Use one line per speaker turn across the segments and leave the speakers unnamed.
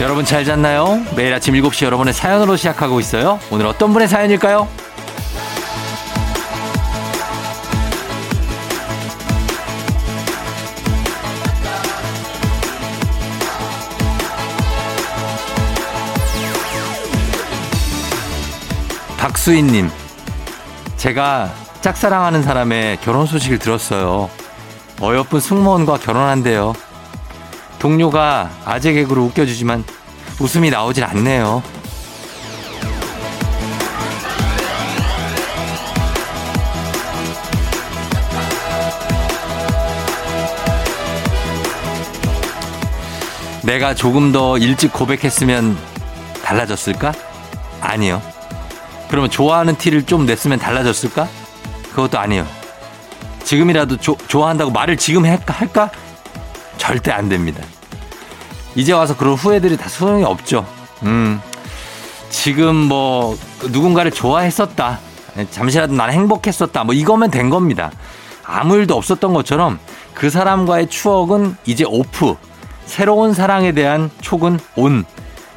여러분 잘 잤나요? 매일 아침 7시 여러분의 사연으로 시작하고 있어요. 오늘 어떤 분의 사연일까요? 1 박수인님, 제가 짝사랑하는 사람의 결혼 소식을 들었어요. 어여쁜 승무원과 결혼한대요. 동료가 아재 개그로 웃겨주지만 웃음이 나오질 않네요. 내가 조금 더 일찍 고백했으면 달라졌을까? 아니요. 그러면 좋아하는 티를 좀 냈으면 달라졌을까? 그것도 아니요. 지금이라도 조- 좋아한다고 말을 지금 할까? 할까? 절대 안 됩니다. 이제 와서 그런 후회들이 다 소용이 없죠. 음. 지금 뭐 누군가를 좋아했었다. 잠시라도 난 행복했었다. 뭐 이거면 된 겁니다. 아무 일도 없었던 것처럼 그 사람과의 추억은 이제 오프. 새로운 사랑에 대한 촉은 온.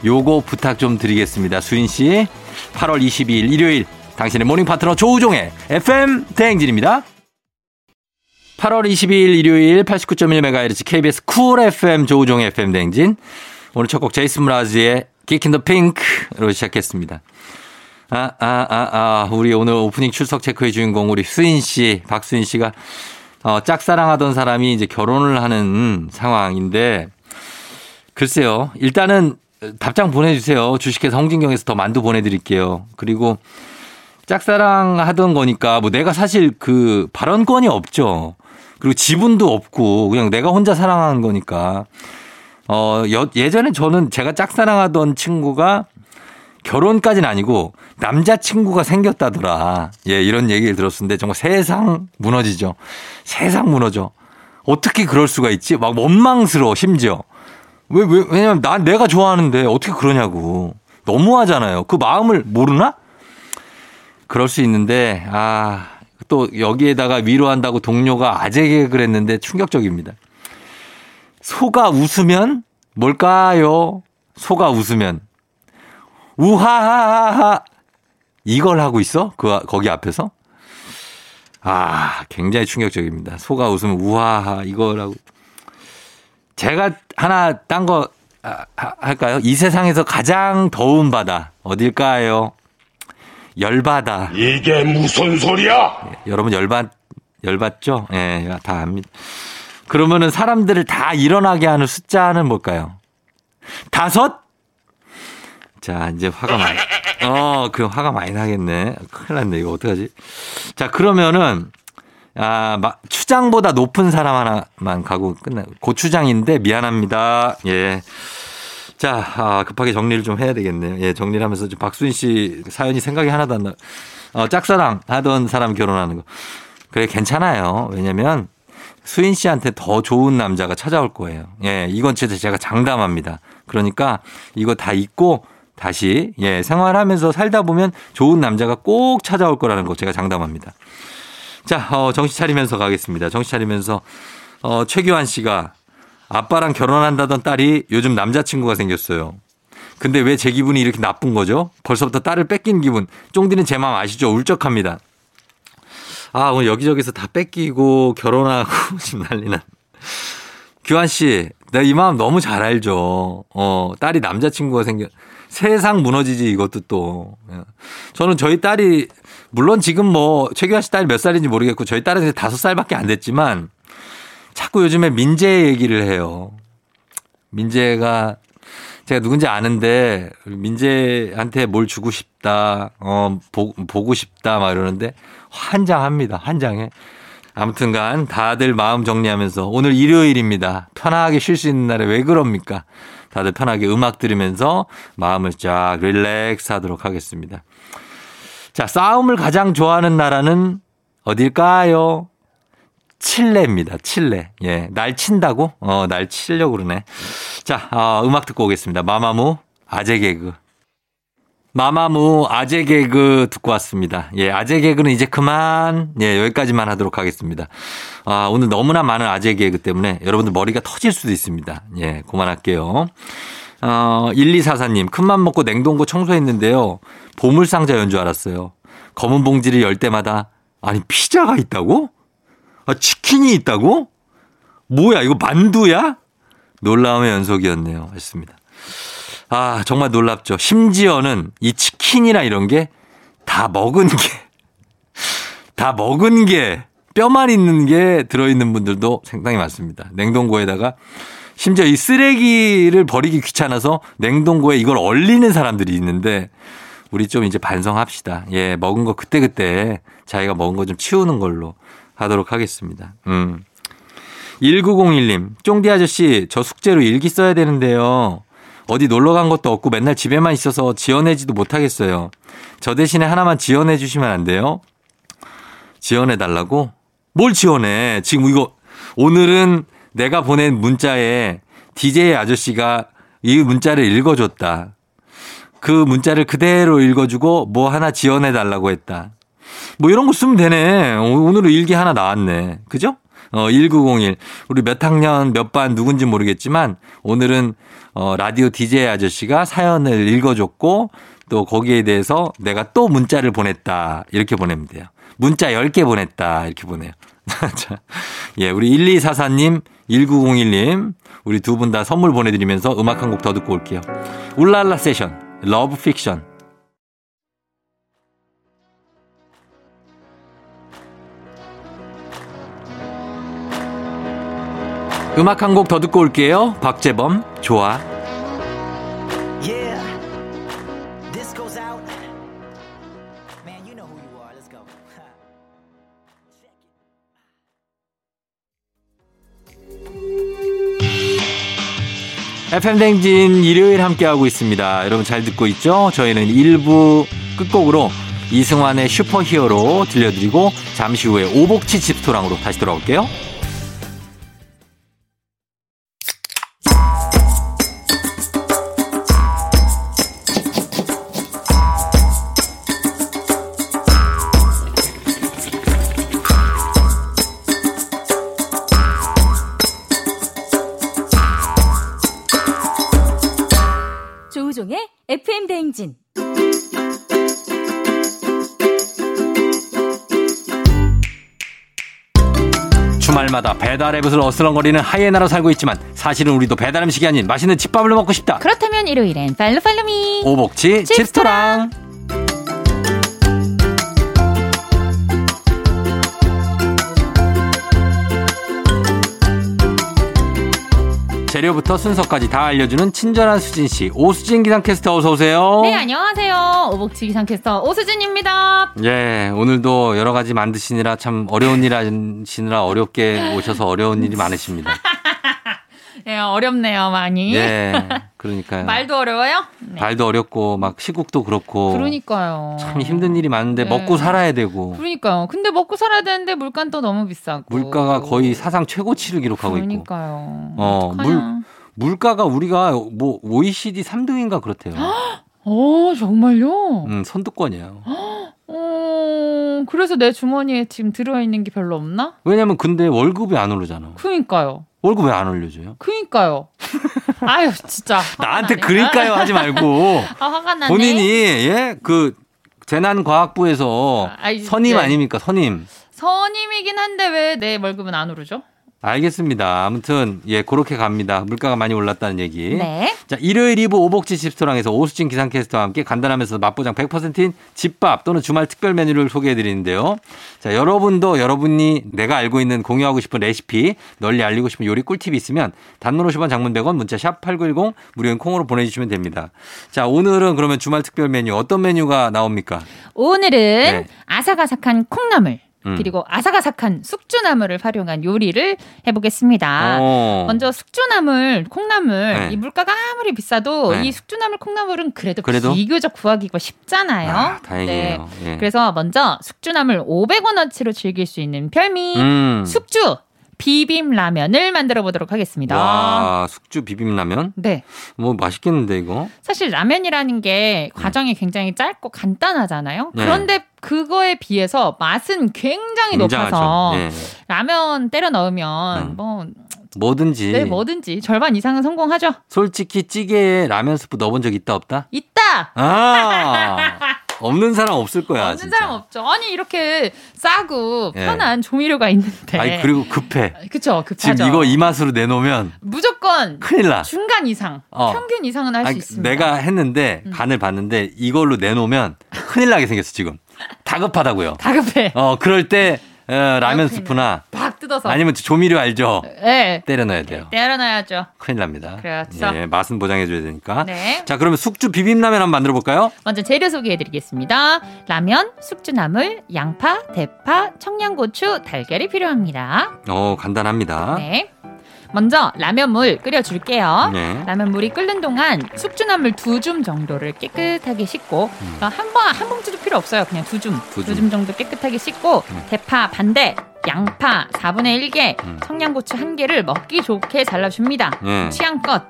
요거 부탁 좀 드리겠습니다. 수인 씨. 8월 22일 일요일 당신의 모닝 파트너 조우종의 FM 대행진입니다. 8월 22일 일요일 89.1MHz KBS 쿨 FM 조우종 FM 댕진. 오늘 첫 곡 제이슨 브라즈의 Kick in the Pink로 시작했습니다. 아, 아, 아, 아. 우리 오늘 오프닝 출석 체크의 주인공 우리 수인 씨, 박수인 씨가 어, 짝사랑하던 사람이 이제 결혼을 하는 상황인데 글쎄요. 일단은 답장 보내주세요. 주식회사 홍진경에서 더 만두 보내드릴게요. 그리고 짝사랑 하던 거니까 뭐 내가 사실 그 발언권이 없죠. 그리고 지분도 없고 그냥 내가 혼자 사랑하는 거니까. 어, 여- 예전에 저는 제가 짝사랑하던 친구가 결혼까지는 아니고 남자친구가 생겼다더라. 예, 이런 얘기를 들었었는데 정말 세상 무너지죠. 세상 무너져. 어떻게 그럴 수가 있지? 막 원망스러워, 심지어. 왜, 왜, 왜냐면 난 내가 좋아하는데 어떻게 그러냐고. 너무하잖아요. 그 마음을 모르나? 그럴 수 있는데 아 또 여기에다가 위로한다고 동료가 아재개 그랬는데 충격적입니다. 소가 웃으면 뭘까요? 소가 웃으면 우하하하하 이걸 하고 있어? 그 거기 앞에서 아 굉장히 충격적입니다. 소가 웃으면 우하하 이걸 하고 제가 하나 딴 거 아, 할까요? 이 세상에서 가장 더운 바다 어딜까요? 열바다.
이게 무슨 소리야?
여러분 열받 열받죠? 예, 다 압니다. 그러면은 사람들을 다 일어나게 하는 숫자는 뭘까요? 다섯? 자, 이제 화가 많이 어, 그 화가 많이 나겠네. 큰일 났네. 이거 어떡하지? 자, 그러면은 아, 마- 추장보다 높은 사람 하나만 가고 끝나. 고추장인데 미안합니다. 예. 자, 아, 급하게 정리를 좀 해야 되겠네요. 예, 정리를 하면서 좀 박수인 씨 사연이 생각이 하나도 안 나. 어, 짝사랑 하던 사람 결혼하는 거. 그래, 괜찮아요. 왜냐면 수인 씨한테 더 좋은 남자가 찾아올 거예요. 예, 이건 진짜 제가 장담합니다. 그러니까 이거 다 잊고 다시, 예, 생활하면서 살다 보면 좋은 남자가 꼭 찾아올 거라는 거 제가 장담합니다. 자, 어, 정신 차리면서 가겠습니다. 정신 차리면서, 어, 최규환 씨가 아빠랑 결혼한다던 딸이 요즘 남자친구가 생겼어요. 근데 왜 제 기분이 이렇게 나쁜 거죠? 벌써부터 딸을 뺏긴 기분. 쫑디는 제 마음 아시죠? 울적합니다. 아, 오늘 여기저기서 다 뺏기고 결혼하고 지금 난리 난. 규환 씨, 내가 이 마음 너무 잘 알죠. 어, 딸이 남자친구가 생겨. 세상 무너지지 이것도 또. 예. 저는 저희 딸이 물론 지금 뭐 최규환 씨 딸이 몇 살인지 모르겠고 저희 딸은 이제 다섯 살밖에 안 됐지만 자꾸 요즘에 민재 얘기를 해요. 민재가 제가 누군지 아는데 민재한테 뭘 주고 싶다, 어 보, 보고 싶다 막 이러는데 환장합니다. 환장해. 아무튼간 다들 마음 정리하면서 오늘 일요일입니다. 편하게 쉴 수 있는 날에 왜 그럽니까? 다들 편하게 음악 들으면서 마음을 쫙 릴렉스 하도록 하겠습니다. 자, 싸움을 가장 좋아하는 나라는 어딜까요? 칠레입니다. 칠레. 예. 날 친다고? 어, 날 치려고 그러네. 자, 아, 음악 듣고 오겠습니다. 마마무, 아재 개그. 마마무, 아재 개그 듣고 왔습니다. 예, 아재 개그는 이제 그만, 예, 여기까지만 하도록 하겠습니다. 아, 오늘 너무나 많은 아재 개그 때문에 여러분들 머리가 터질 수도 있습니다. 예, 그만할게요. 어, 1244님, 큰맘 먹고 냉동고 청소했는데요. 보물상자연 줄 알았어요. 검은 봉지를 열 때마다, 아니, 피자가 있다고? 아, 치킨이 있다고? 뭐야, 이거 만두야? 놀라움의 연속이었네요. 했습니다. 아, 정말 놀랍죠. 심지어는 이 치킨이나 이런 게 다 먹은 게, 다 먹은 게, 뼈만 있는 게 들어있는 분들도 상당히 많습니다. 냉동고에다가 심지어 이 쓰레기를 버리기 귀찮아서 냉동고에 이걸 얼리는 사람들이 있는데 우리 좀 이제 반성합시다. 예, 먹은 거 그때그때 자기가 먹은 거 좀 치우는 걸로 하도록 하겠습니다. 음. 1901님, 쫑디 아저씨, 저 숙제로 일기 써야 되는데요. 어디 놀러 간 것도 없고 맨날 집에만 있어서 지어내지도 못하겠어요. 저 대신에 하나만 지어내 주시면 안 돼요? 지원해 달라고? 뭘 지원해? 지금 이거 오늘은 내가 보낸 문자에 DJ 아저씨가 이 문자를 읽어줬다. 그 문자를 그대로 읽어주고 뭐 하나 지원해 달라고 했다. 뭐 이런 거 쓰면 되네. 오- 오늘은 일기 하나 나왔네. 그죠? 어, 1901. 우리 몇 학년, 몇 반 누군지 모르겠지만 오늘은 어, 라디오 DJ 아저씨가 사연을 읽어줬고 또 거기에 대해서 내가 또 문자를 보냈다. 이렇게 보내면 돼요. 문자 10개 보냈다. 이렇게 보내요. 자, 예, 우리 1244님, 1901님, 우리 두 분 다 선물 보내드리면서 음악 한 곡 더 듣고 올게요. 울랄라 세션, 러브 픽션. 음악 한 곡 더 듣고 올게요. 박재범, 좋아.
Yeah, this goes out. Man, you know who you are. Let's go.
FM 댕진 일요일 함께하고 있습니다. 여러분 잘 듣고 있죠? 저희는 1부 끝곡으로 이승환의 슈퍼 히어로 들려드리고 잠시 후에 오복치 집토랑으로 다시 돌아올게요.
조우종의 FM 대행진.
주말마다 배달의 붓을 어슬렁거리는 하이에나로 살고 있지만 사실은 우리도 배달 음식이 아닌 맛있는 집밥을 먹고 싶다.
그렇다면 일요일엔 팔로 팔로미.
오복치 집토랑. 재료부터 순서까지 다 알려주는 친절한 수진 씨, 오수진 기상캐스터 어서 오세요.
네 안녕하세요. 오복치 기상캐스터 오수진입니다.
예, 오늘도 여러 가지 만드시느라 참 어려운 일 하시느라 어렵게 오셔서 어려운 일이 많으십니다.
예 어렵네요 많이.
예, 그러니까요.
말도 어려워요? 네.
발도 어렵고 막 시국도 그렇고
그러니까요.
참 힘든 일이 많은데
네.
먹고 살아야 되고
그러니까요. 근데 먹고 살아야 되는데 물가는 또 너무 비싸고.
물가가 거의 사상 최고치를 기록하고 있고
그러니까요.
어,
어떡하냐.
물- 물가가 우리가 뭐 OECD 3등인가 그렇대요.
어 정말요?
음, 선두권이에요.
어 그래서 내 주머니에 지금 들어있는 게 별로 없나?
왜냐면 근데 월급이 안 오르잖아.
그니까요.
월급 왜 안 올려줘요?
그니까요. 아유 진짜. 화가
나한테
나네.
그릴까요 하지 말고
아 화가 나네.
본인이 예그 재난과학부에서
아, 아이,
선임
네.
아닙니까 선임.
선임이긴 한데 왜 내 월급은 안 오르죠?
알겠습니다. 아무튼 예 그렇게 갑니다. 물가가 많이 올랐다는
네.
얘기. 자, 일요일 2부 오복지 집스토랑에서 오수진 기상캐스터와 함께 간단하면서 맛보장 100%인 집밥 또는 주말 특별 메뉴를 소개해 드리는데요. 자, 여러분도 여러분이 내가 알고 있는 공유하고 싶은 레시피, 널리 알리고 싶은 요리 꿀팁이 있으면 단문 50원 장문 100원 문자 샵 8910 무료인 콩으로 보내주시면 됩니다. 자, 오늘은 그러면 주말 특별 메뉴 어떤 메뉴가 나옵니까?
오늘은
네.
아삭아삭한 콩나물
음.
그리고 아삭아삭한 숙주나물을 활용한 요리를 해보겠습니다.
어.
아, 먼저 숙주나물, 콩나물
네.
이 물가가 아무리 비싸도
네.
이 숙주나물, 콩나물은 그래도,
그래도?
비교적 구하기가 쉽잖아요. 네.
아, 다행이에요. 예.
그래서 먼저 숙주나물 500원어치로 즐길 수 있는 별미
음.
숙주 비빔 라면을 만들어 보도록 하겠습니다.
와, 숙주 비빔라면?
네.
뭐 맛있겠는데 이거?
사실 라면이라는 게 과정이 굉장히 짧고 간단하잖아요.
네.
그런데 그거에 비해서 맛은 굉장히
굉장하죠.
높아서
예.
라면 때려 넣으면
음.
뭐
뭐든지.
네, 뭐든지 절반 이상은 성공하죠.
솔직히 찌개에 라면 스프 넣어본 적 있다 없다?
있다.
아 없는 사람 없을 거야.
없는
아, 진짜.
사람 없죠. 아니 이렇게 싸고
예.
편한 조미료가 있는데.
아니 그리고 급해.
그쵸 급하죠.
지금 이거 이 맛으로 내놓으면
무조건
큰일 나.
중간 이상,
어.
평균 이상은 할 수
아니,
있습니다. 음.
내가 했는데 간을 봤는데 이걸로 내놓으면 큰일 나게 생겼어 지금. 다급하다고요.
다급해.
어 그럴 때 어, 라면
다급해요.
스프나
막 뜯어서.
아니면 네. 조미료 알죠?
예.
때려 넣어야 돼요.
때려놔야죠.
큰일 납니다.
그렇죠.
예, 맛은 보장해줘야 되니까.
네.
자, 그러면 숙주 비빔라면 한번 만들어 볼까요?
먼저 재료 소개해드리겠습니다. 라면, 숙주나물, 양파, 대파, 청양고추, 달걀이 필요합니다.
어, 간단합니다.
네. 먼저 라면물 끓여줄게요.
네.
라면물이 끓는 동안 숙주나물 두 줌 정도를 깨끗하게 씻고 어, 한번한 봉지도 필요 없어요. 그냥 두 줌,
음. 두
두
줌.
줌 정도 깨끗하게 씻고
음.
대파 반대, 양파 4분의 1개,
음.
청양고추 한 개를 먹기 좋게 잘라줍니다.
예.
취향껏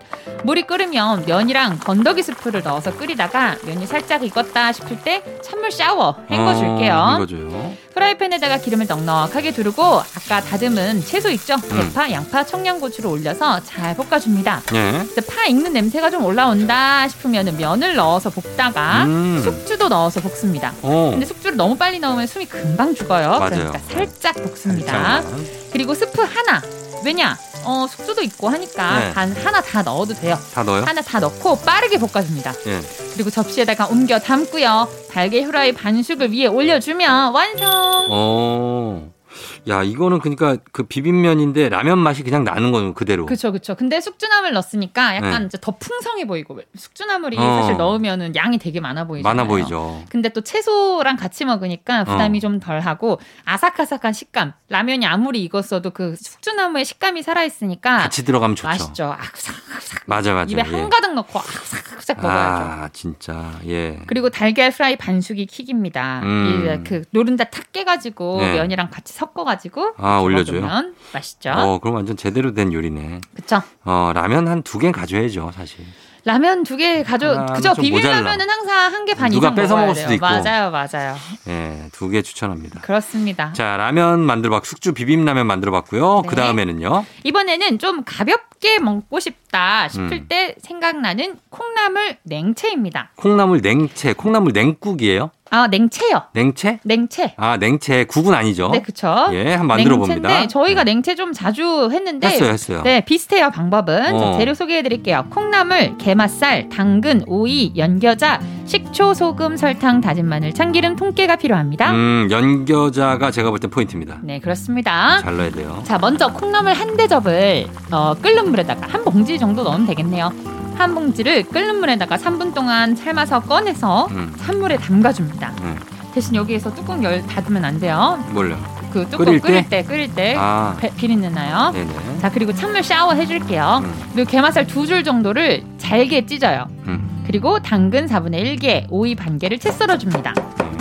물이 끓으면 면이랑 건더기 스프를 넣어서 끓이다가 면이 살짝 익었다 싶을 때 찬물 샤워 헹궈줄게요.
어, 헹궈줘요.
프라이팬에다가 기름을 넉넉하게 두르고 아까 다듬은 채소 있죠? 대파, 양파, 청양고추를 올려서 잘 볶아줍니다.
예.
이제 파 익는 냄새가 좀 올라온다 싶으면 면을 넣어서 볶다가
음.
숙주도 넣어서 볶습니다.
어.
근데 숙주를 너무 빨리 넣으면 숨이 금방 죽어요.
맞아요.
그러니까 살짝 볶습니다.
살짝만.
그리고 스프 하나. 왜냐? 어, 숙주도 있고 하니까
네.
간 하나 다 넣어도 돼요.
다 넣어요?
하나 다 넣고 빠르게 볶아줍니다.
예.
그리고 접시에다가 옮겨 담고요. 달걀 후라이 반숙을 위에 올려주면 완성.
어. 야, 이거는 그러니까 그 비빔면인데 라면 맛이 그냥 나는 거는 그대로.
그렇죠, 그렇죠. 근데 숙주나물 넣었으니까 약간
네.
이제 더 풍성해 보이고 숙주나물이
어.
사실 넣으면은 양이 되게 많아 보이죠.
많아 보이죠.
근데 또 채소랑 같이 먹으니까 부담이
어.
좀 덜하고 아삭아삭한 식감. 라면이 아무리 익었어도 그 숙주나물의 식감이 살아 있으니까
같이 들어가면 좋죠.
맛있죠. 아삭아삭.
맞아, 맞아.
입에
예.
한 가득 넣고 아삭아삭 먹어야죠.
아, 진짜. 예.
그리고 달걀 프라이 반숙이 킥입니다.
음.
이 그 노른자 탁 깨가지고
네.
면이랑 같이 섞어가지고
아, 올려줘요?
먹으면 맛있죠.
어, 그럼 완전 제대로 된 요리네.
그쵸?
어, 라면 한 두 개 가져야죠, 사실.
라면 두 개 가져.
하나는
그죠?
좀
비빔라면은 항상 한 개 반
누가
이상
뺏어
먹어야
먹을
돼요.
수도 있고.
맞아요, 맞아요.
예, 두 개 추천합니다.
그러니까. 그렇습니다.
자, 라면 만들어봤, 숙주 비빔라면 만들어봤고요.
네.
그 다음에는요.
이번에는 좀 가볍게 먹고 싶다 싶을
음.
때 생각나는 콩나물 냉채입니다.
콩나물 냉채, 콩나물 냉국이에요.
아 냉채요,
냉채?
냉채.
아, 냉채 국은 아니죠.
네, 그쵸?
예, 한번 만들어 봅니다. 음.
냉채인데 저희가 냉채 좀 자주 했는데
했어요, 했어요.
네, 비슷해요 방법은. 자,
어.
재료 소개해드릴게요. 콩나물, 게맛살, 당근, 오이, 연겨자, 식초, 소금, 설탕, 다진 마늘, 참기름, 통깨가 필요합니다.
음, 연겨자가 제가 볼 때 포인트입니다.
네, 그렇습니다.
잘 넣어야 돼요.
자, 먼저 콩나물 한 대접을 어, 끓는 물에다가 한 봉지 정도 넣으면 되겠네요. 한 봉지를 끓는 물에다가 3분 동안 삶아서 꺼내서
음,
찬물에 담가줍니다.
음.
대신 여기에서 뚜껑 열 닫으면 안 돼요.
몰라.
그 뚜껑
끓일
끓일, 때? 끓일 때
아,
배- 비린내 나요.
네네.
자 그리고 찬물 샤워 해줄게요.
음.
그리고 게맛살 두 줄 정도를 잘게 찢어요.
음,
그리고 당근 4분의 1개, 오이 반 개를 채 썰어줍니다.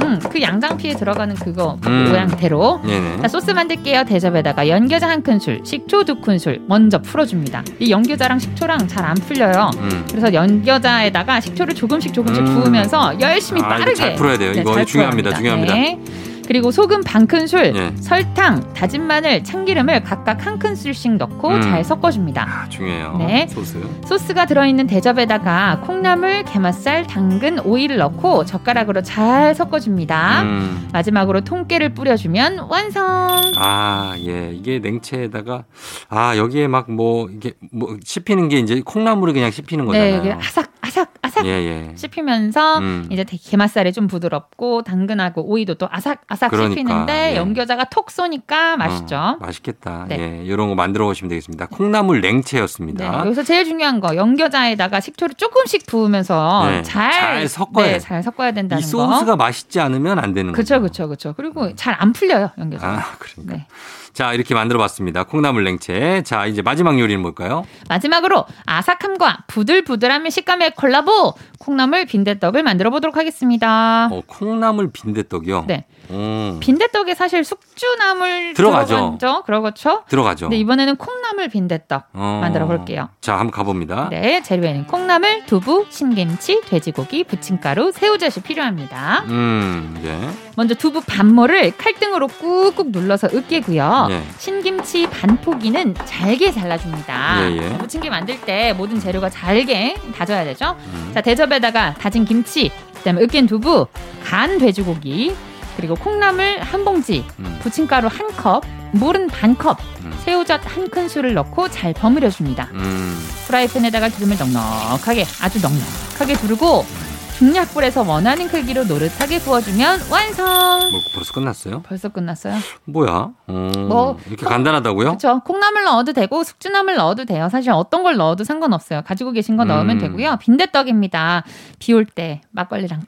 음, 그 양장피에 들어가는 그거
음.
모양대로.
네네.
자, 소스 만들게요. 대접에다가 연겨자 한 큰술, 식초 두 큰술 먼저 풀어줍니다. 이 연겨자랑 식초랑 잘 안 풀려요.
음.
그래서 연겨자에다가 식초를 조금씩 조금씩
음.
부으면서 열심히
아, 이거
빠르게 네,
잘 풀어야 돼요. 이거
잘
중요합니다.
풀어야
중요합니다.
네. 그리고 소금 반 큰술,
예.
설탕, 다진 마늘, 참기름을 각각 한 큰술씩 넣고
음.
잘 섞어줍니다.
아, 중요해요.
네.
소스.
소스가 들어있는 대접에다가 콩나물, 게맛살, 당근, 오이를 넣고 젓가락으로 잘 섞어줍니다.
음.
마지막으로 통깨를 뿌려주면 완성.
아, 예. 이게 냉채에다가 아, 여기에 막 뭐 이게 뭐 씹히는 게 이제 콩나물이 그냥 씹히는
네,
거잖아요.
이게 아삭 아삭 아삭
예, 예.
씹히면서
음.
이제 대- 게맛살이 좀 부드럽고 당근하고 오이도 또 아삭 아삭
그러니까,
씹히는데
예.
연겨자가 톡 쏘니까 맛있죠.
어, 맛있겠다.
네.
예. 이런 거 만들어 보시면 되겠습니다. 콩나물
네,
냉채였습니다.
여기서 제일 중요한 거 연겨자에다가 식초를 조금씩 부으면서
네,
잘,
잘 섞어야
네,
돼.
잘 섞어야
이
된다는
소스가
거.
맛있지 않으면 안 되는
그쵸
거죠.
그쵸 그쵸. 그리고 잘 안 풀려요 연겨자.
아, 그러니까.
네.
자, 이렇게 만들어 봤습니다. 콩나물 냉채. 자, 이제 마지막 요리는 뭘까요?
마지막으로 아삭함과 부들부들함의 식감의 콜라보 콩나물 빈대떡을 만들어 보도록 하겠습니다.
어, 콩나물 빈대떡이요.
아. 네.
음,
빈대떡에 사실 숙주나물
들어가죠.
들어가죠. 그렇죠.
들어가죠.
근데 이번에는 콩나물 빈대떡
어.
만들어 볼게요.
자, 한번 가봅니다.
네, 재료에는 콩나물, 두부, 신김치, 돼지고기, 부침가루, 새우젓이 필요합니다.
음, 예.
먼저 두부 반모를 칼등으로 꾹꾹 눌러서 으깨고요. 있고요.
예.
신김치 반 포기는 잘게 잘라줍니다.
예, 예.
무침개 만들 때 모든 재료가 잘게 다져야 되죠. 자 대접에다가 다진 김치, 그다음에 으깬 두부, 간 돼지고기, 그리고 콩나물 한 봉지,
음.
부침가루 한 컵, 물은 반 컵,
음.
새우젓 한 큰술을 넣고 잘 버무려 줍니다.
음.
프라이팬에다가 기름을 넉넉하게 아주 넉넉하게 두르고
음.
중약불에서 원하는 크기로 노릇하게 구워주면 완성.
뭐 벌써 끝났어요?
벌써 끝났어요.
뭐야? 음,
뭐,
이렇게 간단하다고요?
그렇죠. 콩나물 넣어도 되고 숙주나물 넣어도 돼요. 사실 어떤 걸 넣어도 상관없어요. 가지고 계신 거 넣으면
음.
되고요. 빈대떡입니다. 비 올 때 막걸리랑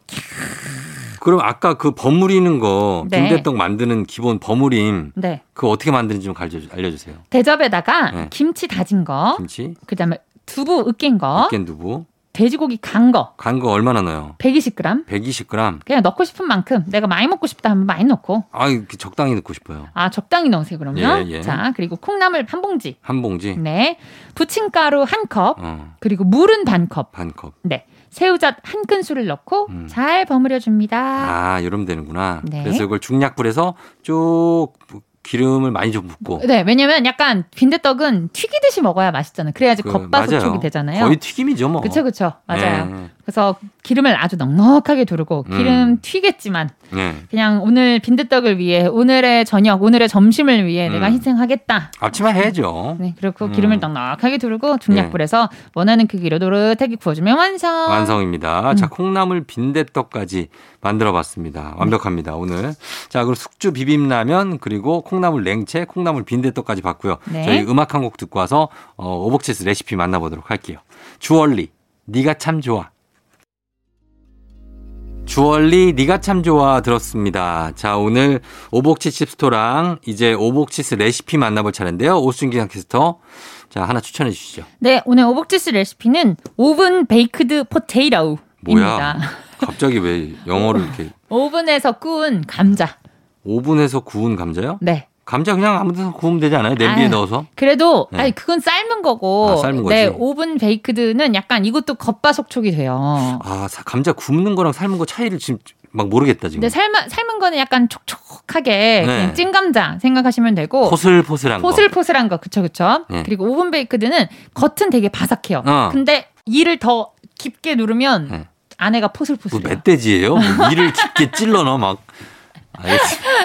그럼 아까 그 버무리는 거
네.
김대떡 만드는 기본 버무림
네
그거 어떻게 만드는지 좀 가르쳐 주- 알려주세요.
대접에다가
네.
김치 다진 거,
김치,
그다음에 두부 으깬 거,
육겐 두부,
돼지고기 간 거,
간 거 얼마나 넣어요?
120g
120g.
그냥 넣고 싶은 만큼 내가 많이 먹고 싶다 하면 많이 넣고
아, 이렇게 적당히 넣고 싶어요.
아 적당히 넣으세요 그러면
예, 예.
자 그리고 콩나물 한 봉지
한 봉지,
네. 부침가루 한 컵,
어,
그리고 물은 반 컵.
반 컵.
네. 새우젓 한 큰술을 넣고
음.
잘 버무려 줍니다.
아, 이러면 되는구나.
네.
그래서 이걸 중약불에서 쭉 기름을 많이 좀 붓고.
네, 왜냐면 약간 빈대떡은 튀기듯이 먹어야 맛있잖아요. 그래야지
그,
겉바속촉이
맞아요.
되잖아요.
거의 튀김이죠, 뭐.
그쵸, 그쵸. 맞아요.
네.
그래서 기름을 아주 넉넉하게 두르고 기름
음.
튀겠지만
네.
그냥 오늘 빈대떡을 위해 오늘의 저녁, 오늘의 점심을 위해
음.
내가 희생하겠다.
앞치마 해야죠.
네, 그리고
음. 네.
기름을 넉넉하게 두르고 중약불에서 원하는 그 크기로 노릇하게 구워주면 완성.
완성입니다. 자, 콩나물 빈대떡까지 만들어 봤습니다. 완벽합니다, 오늘. 자, 그럼 숙주 비빔라면, 그리고 콩나물 냉채, 콩나물 빈대떡까지 봤고요.
네.
저희 음악 한 곡 듣고 와서, 어, 오복체스 레시피 만나보도록 할게요. 주얼리, 네가 참 좋아. 주얼리 니가 참 좋아 들었습니다. 자 오늘 오복치스 스토랑 이제 오복치스 레시피 만나볼 차례인데요. 오순기 캐스터 자 하나 추천해 주시죠.
네, 오늘 오복지스 레시피는 오븐 베이크드 포테이로우입니다.
뭐야? 갑자기 왜 영어를 이렇게
오븐에서 구운 감자.
오븐에서 구운 감자요?
네.
감자 그냥 아무 데서 구우면 되지 않아요? 냄비에
아유.
넣어서?
그래도
네.
아니 그건 삶은 거고.
아, 삶은 거지.
네, 오븐 베이크드는 약간 이것도 겉바속촉이 돼요.
아, 사- 감자 굽는 거랑 삶은 거 차이를 지금 막 모르겠다, 지금.
근데 삶은 삶은 거는 약간 촉촉하게 그냥
네.
찐 감자 생각하시면 되고
포슬포슬한 거.
어. 포슬포슬한 거 그쵸 그쵸.
네.
그리고 오븐 베이크드는 겉은 되게 바삭해요.
어.
근데 이를 더 깊게 누르면
네.
안에가
뭐
포슬포슬해요.
멧돼지예요? 뭐 이를 깊게 찔러 넣어, 막. 알겠습니다.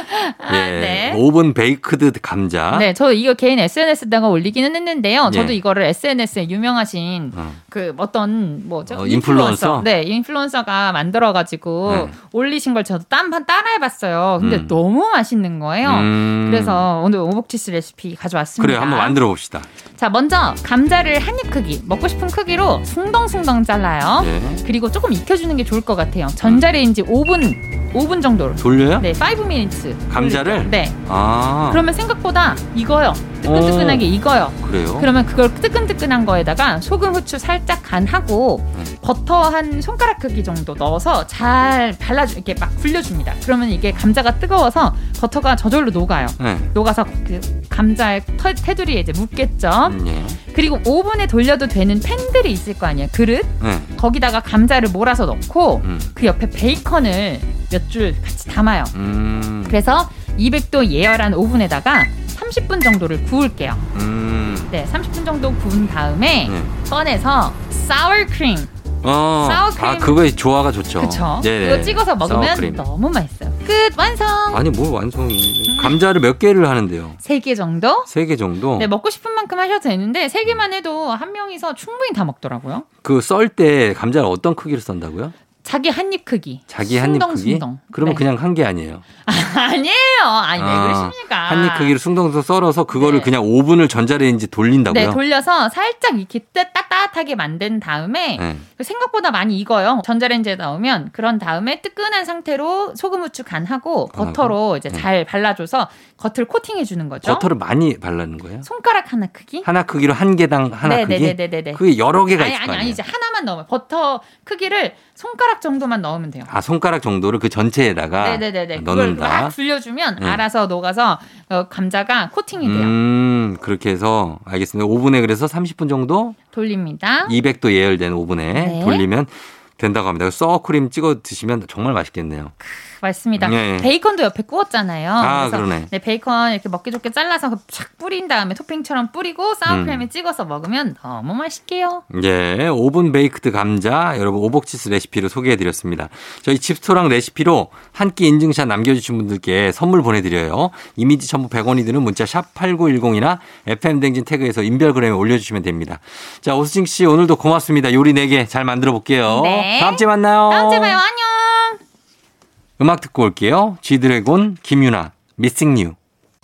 예.
네.
오븐 베이크드 감자.
네, 저 이거 개인 SNS에다가 올리기는 했는데요. 저도
예.
이거를 SNS에 유명하신
어.
그 어떤 뭐죠?
어, 인플루언서?
네, 인플루언서가 만들어가지고
네.
올리신 걸 저도 딴판 따라해봤어요. 근데
음.
너무 맛있는 거예요.
음.
어, 그래서 오늘 오복치스 레시피 가져왔습니다.
그래요, 한번 만들어 봅시다.
자, 먼저 감자를 한 입 크기, 먹고 싶은 크기로 숭덩숭덩 잘라요.
예.
그리고 조금 익혀주는 게 좋을 것 같아요. 전자레인지 5분, 5분 정도로.
돌려요?
네, 5 minutes.
어? 감자를?
네.
아,
그러면 생각보다 익어요. 뜨끈뜨끈하게 익어요.
그래요?
그러면 그걸 뜨끈뜨끈한 거에다가 소금 후추 살짝 간하고
네.
버터 한 손가락 크기 정도 넣어서 잘 발라주 이렇게 막 굴려줍니다. 그러면 이게 감자가 뜨거워서 버터가 저절로 녹아요.
네.
녹아서 그 감자의 터- 테두리에 이제 묻겠죠.
음, 예.
그리고 오븐에 돌려도 되는 팬들이 있을 거 아니에요. 그릇
네.
거기다가 감자를 몰아서 넣고
음.
그 옆에 베이컨을 몇 줄 같이 담아요.
음.
그래서 200도 예열한 오븐에다가 30분 정도를 구울게요.
음.
네, 30분 정도 구운 다음에
네.
꺼내서 사워크림
어,
사워크림.
아 그거의 조화가 좋죠.
그쵸?
네, 네.
이거 찍어서 먹으면
사워크림.
너무 맛있어요. 끝 완성.
아니 뭘 완성이 감자를 몇 개를 하는데요?
세 개 정도.
세 개 정도.
네, 먹고 싶은 만큼 하셔도 되는데 세 개만 해도 한 명이서 충분히 다 먹더라고요.
그 썰 때 감자를 어떤 크기로 썬다고요?
자기 한 입 크기.
자기 한 입 크기?
숭덩숭덩.
그러면
네.
그냥 한 개 아니에요.
아니에요. 아니 왜
아,
그러십니까?
한 입 크기로 숭덩숭 썰어서 그거를
네.
그냥 오븐을 전자레인지 돌린다고요?
네, 돌려서 살짝 이렇게 따- 따뜻하게 만든 다음에 그
네.
생각보다 많이 익어요. 전자레인지에 넣으면 그런 다음에 뜨끈한 상태로 소금 후추 간하고 버터로 이제
네.
잘 발라줘서 겉을 코팅해 주는 거죠.
버터를 많이 바르는 거예요?
손가락 하나 크기?
하나 크기로 한 개당 하나
네,
크기?
네, 네, 네, 네.
그게 여러 개가
아니
있을
아니
거
아니
아니에요?
이제 하나만 넣으면 버터 크기를 손가락 정도만 넣으면 돼요.
아 손가락 정도를 그 전체에다가
네네네네. 그걸
넣는다.
막 불려주면
네.
알아서 녹아서 어, 감자가 코팅이 돼요.
음 그렇게 해서 알겠습니다. 오븐에 그래서 30분 정도
돌립니다.
200도 예열된 오븐에
아. 네.
돌리면 된다고 합니다. 이거 써크림 찍어 드시면 정말 맛있겠네요.
맞습니다.
예, 예.
베이컨도 옆에 구웠잖아요.
아,
그래서
그러네.
네, 베이컨 이렇게 먹기 좋게 잘라서 착 뿌린 다음에 토핑처럼 뿌리고 사워크림에 찍어서 먹으면 너무 맛있게요.
예, 오븐 베이크드 감자 여러분 오복치스 레시피로 소개해드렸습니다. 저희 집스토랑 레시피로 한 끼 인증샷 남겨주신 분들께 선물 보내드려요. 이미지 첨부 100원이 드는 문자 샵 8910이나 FM댕진 태그에서 인별그램에 올려주시면 됩니다. 자, 오수진 씨 오늘도 고맙습니다. 요리 4개 잘 만들어 볼게요.
네.
다음 주에 만나요.
다음 주에 봐요. 안녕.
음악 듣고 올게요. 지드래곤, 김유나, 미싱 유.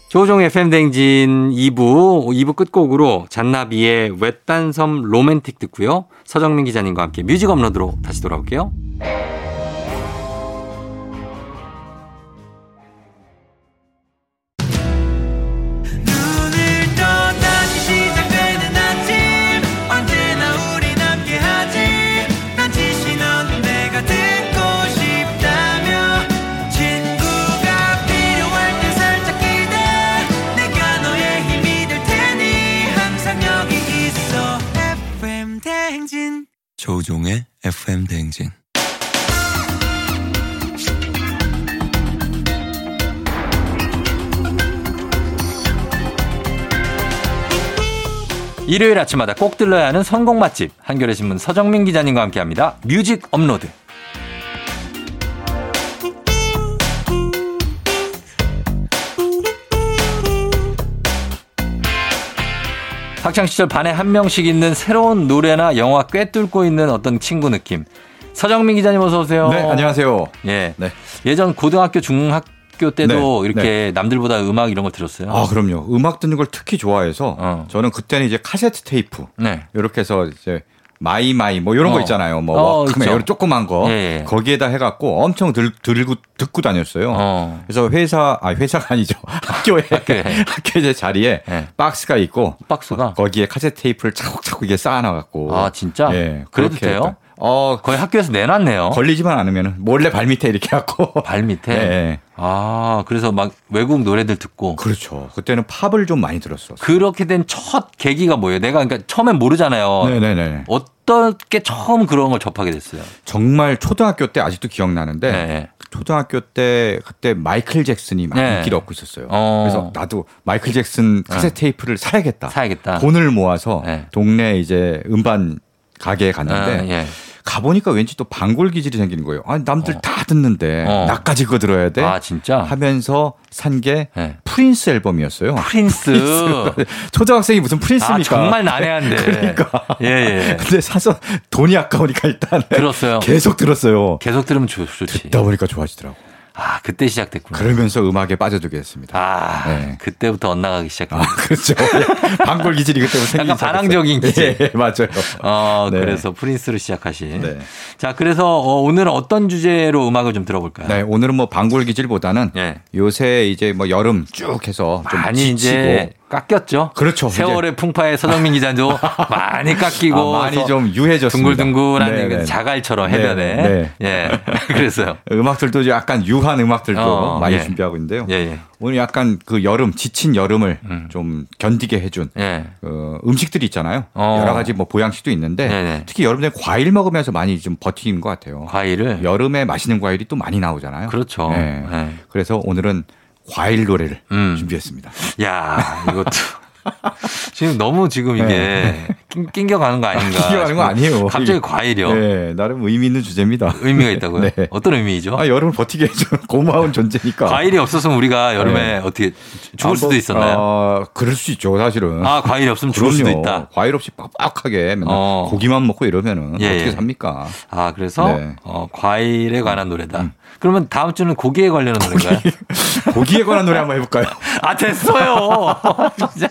조종의 팬댕진 2부, 2부 끝곡으로 잔나비의 외딴섬 로맨틱 듣고요. 서정민 기자님과 함께 뮤직 업로드로 다시 돌아올게요.
눈을 떠 다시 시작되는 아침 언제나 우리 함께하지 난 지시 넌 내가 듣고 싶다며 친구가 필요할 때 살짝 기대 내가 너의 힘이 될 테니 항상 여기 있어 FM 대행진
조종의 FM 대행진.
일요일 아침마다 꼭 들러야 하는 선곡 맛집, 한겨레 신문 서정민 기자님과 함께 합니다. 뮤직 업로드. 학창 시절 반에 한 명씩 있는 새로운 노래나 영화 꿰뚫고 있는 어떤 친구 느낌. 서정민 기자님 어서 오세요.
네, 안녕하세요.
예.
네.
예전 고등학교, 중학교 때도
네,
이렇게 남들보다 음악 이런 걸 들었어요.
아, 그럼요. 음악 듣는 걸 특히 좋아해서
어.
저는 그때는 이제 카세트 테이프
네.
이렇게 해서 이제 마이 마이 뭐 이런
어.
거 있잖아요. 뭐
어,
워크맨
있죠.
이런 조그만 거
예, 예.
거기에다 해갖고 엄청 들, 들고 듣고 다녔어요.
어.
그래서 회사 아 회사가 아니죠 학교에
학교에.
학교 제 자리에
예.
박스가 있고
박스가?
거기에 카세트 테이프를 차곡차곡 이게 쌓아놔갖고
아, 진짜?
예
그래도
그렇게
돼요?
했던. 어
거의 학교에서 내놨네요.
걸리지만 않으면 몰래 발 밑에 이렇게 갖고
발 밑에.
예, 예.
아, 그래서 막 외국 노래들 듣고.
그렇죠 그때는 팝을 좀 많이 들었었어요.
그렇게 된 첫 계기가 뭐예요? 내가 그러니까 처음엔 모르잖아요.
네네네.
어떻게 처음 그런 걸 접하게 됐어요?
정말 초등학교 때 아직도 기억나는데
네.
초등학교 때 그때 마이클 잭슨이 많이
네.
인기를 얻고 있었어요.
어. 네.
그래서 나도 마이클 잭슨 카세트 테이프를 사야겠다.
사야겠다.
돈을 모아서
네.
동네 이제 음반 가게에 갔는데
아, 예.
가보니까 왠지 또 방골 기질이 생기는 거예요. 아니 남들 다 듣는데
어.
나까지 그거 들어야 돼?
아, 진짜?
하면서 산 게
네.
프린스 앨범이었어요.
프린스.
초등학생이 무슨
아,
프린스입니까?
정말 난해한데.
그러니까.
예, 예.
근데 사서 돈이 아까우니까 일단
들었어요.
계속 들었어요.
계속 들으면 좋, 좋지.
듣다 보니까 좋아지더라고.
아, 그때 시작됐구나.
그러면서 음악에 빠져들게 됐습니다.
아,
네.
그때부터 엇나가기 시작했네.
아, 그렇죠. 예. 방골 기질이 그때부터 생기
약간 반항적인 기질.
예, 예, 맞아요.
어,
네.
그래서 프린스로 시작하신.
네.
자, 그래서 어, 오늘은 어떤 주제로 음악을 좀 들어볼까요?
네, 오늘은 뭐 방골 기질보다는
예.
요새 이제 뭐 여름 쭉 해서 좀
많이
지치고
이제 깎였죠.
그렇죠.
세월의 풍파에 서정민 기자도 많이 깎이고
아, 많이
해서
좀 유해졌습니다.
둥글둥글한
네, 네.
자갈처럼
네,
해변에
네.
예 그랬어요.
음악들도 이제 약간 유한 음악들도
어,
많이
예.
준비하고 있는데요.
예, 예.
오늘 약간 그 여름 지친 여름을 좀 견디게 해준
예.
어, 음식들이 있잖아요.
어.
여러 가지 뭐 보양식도 있는데
네네.
특히 여름에 과일 먹으면서 많이 좀 버티는 것 같아요.
과일을
여름에 맛있는 과일이 또 많이 나오잖아요.
그렇죠.
네.
네.
그래서 오늘은 과일 노래를
음.
준비했습니다.
야 이것도 지금 너무 지금 이게
네.
낑- 낑겨가는 거 아닌가?
튀겨가는 거 아니에요.
싶어요. 갑자기 과일이요.
네, 나름 의미 있는 주제입니다.
의미가 있다고요?
네.
어떤 의미이죠?
아, 여름을 버티게 해주는 고마운 존재니까.
과일이 없었으면 우리가 여름에
네.
어떻게 죽을
아, 뭐,
수도 있었나요?
아, 그럴 수 있죠, 사실은.
아 과일이 없으면 죽을 수도
그럼요.
있다.
과일 없이 빡빡하게 맨날
어.
고기만 먹고 이러면은
예, 예.
어떻게 삽니까?
아 그래서
네.
어, 과일에 관한 노래다. 그러면 다음 주는 고기에 관련한 노래인가요?
고기에 관한 노래 한번 해볼까요?
아 됐어요. 진짜.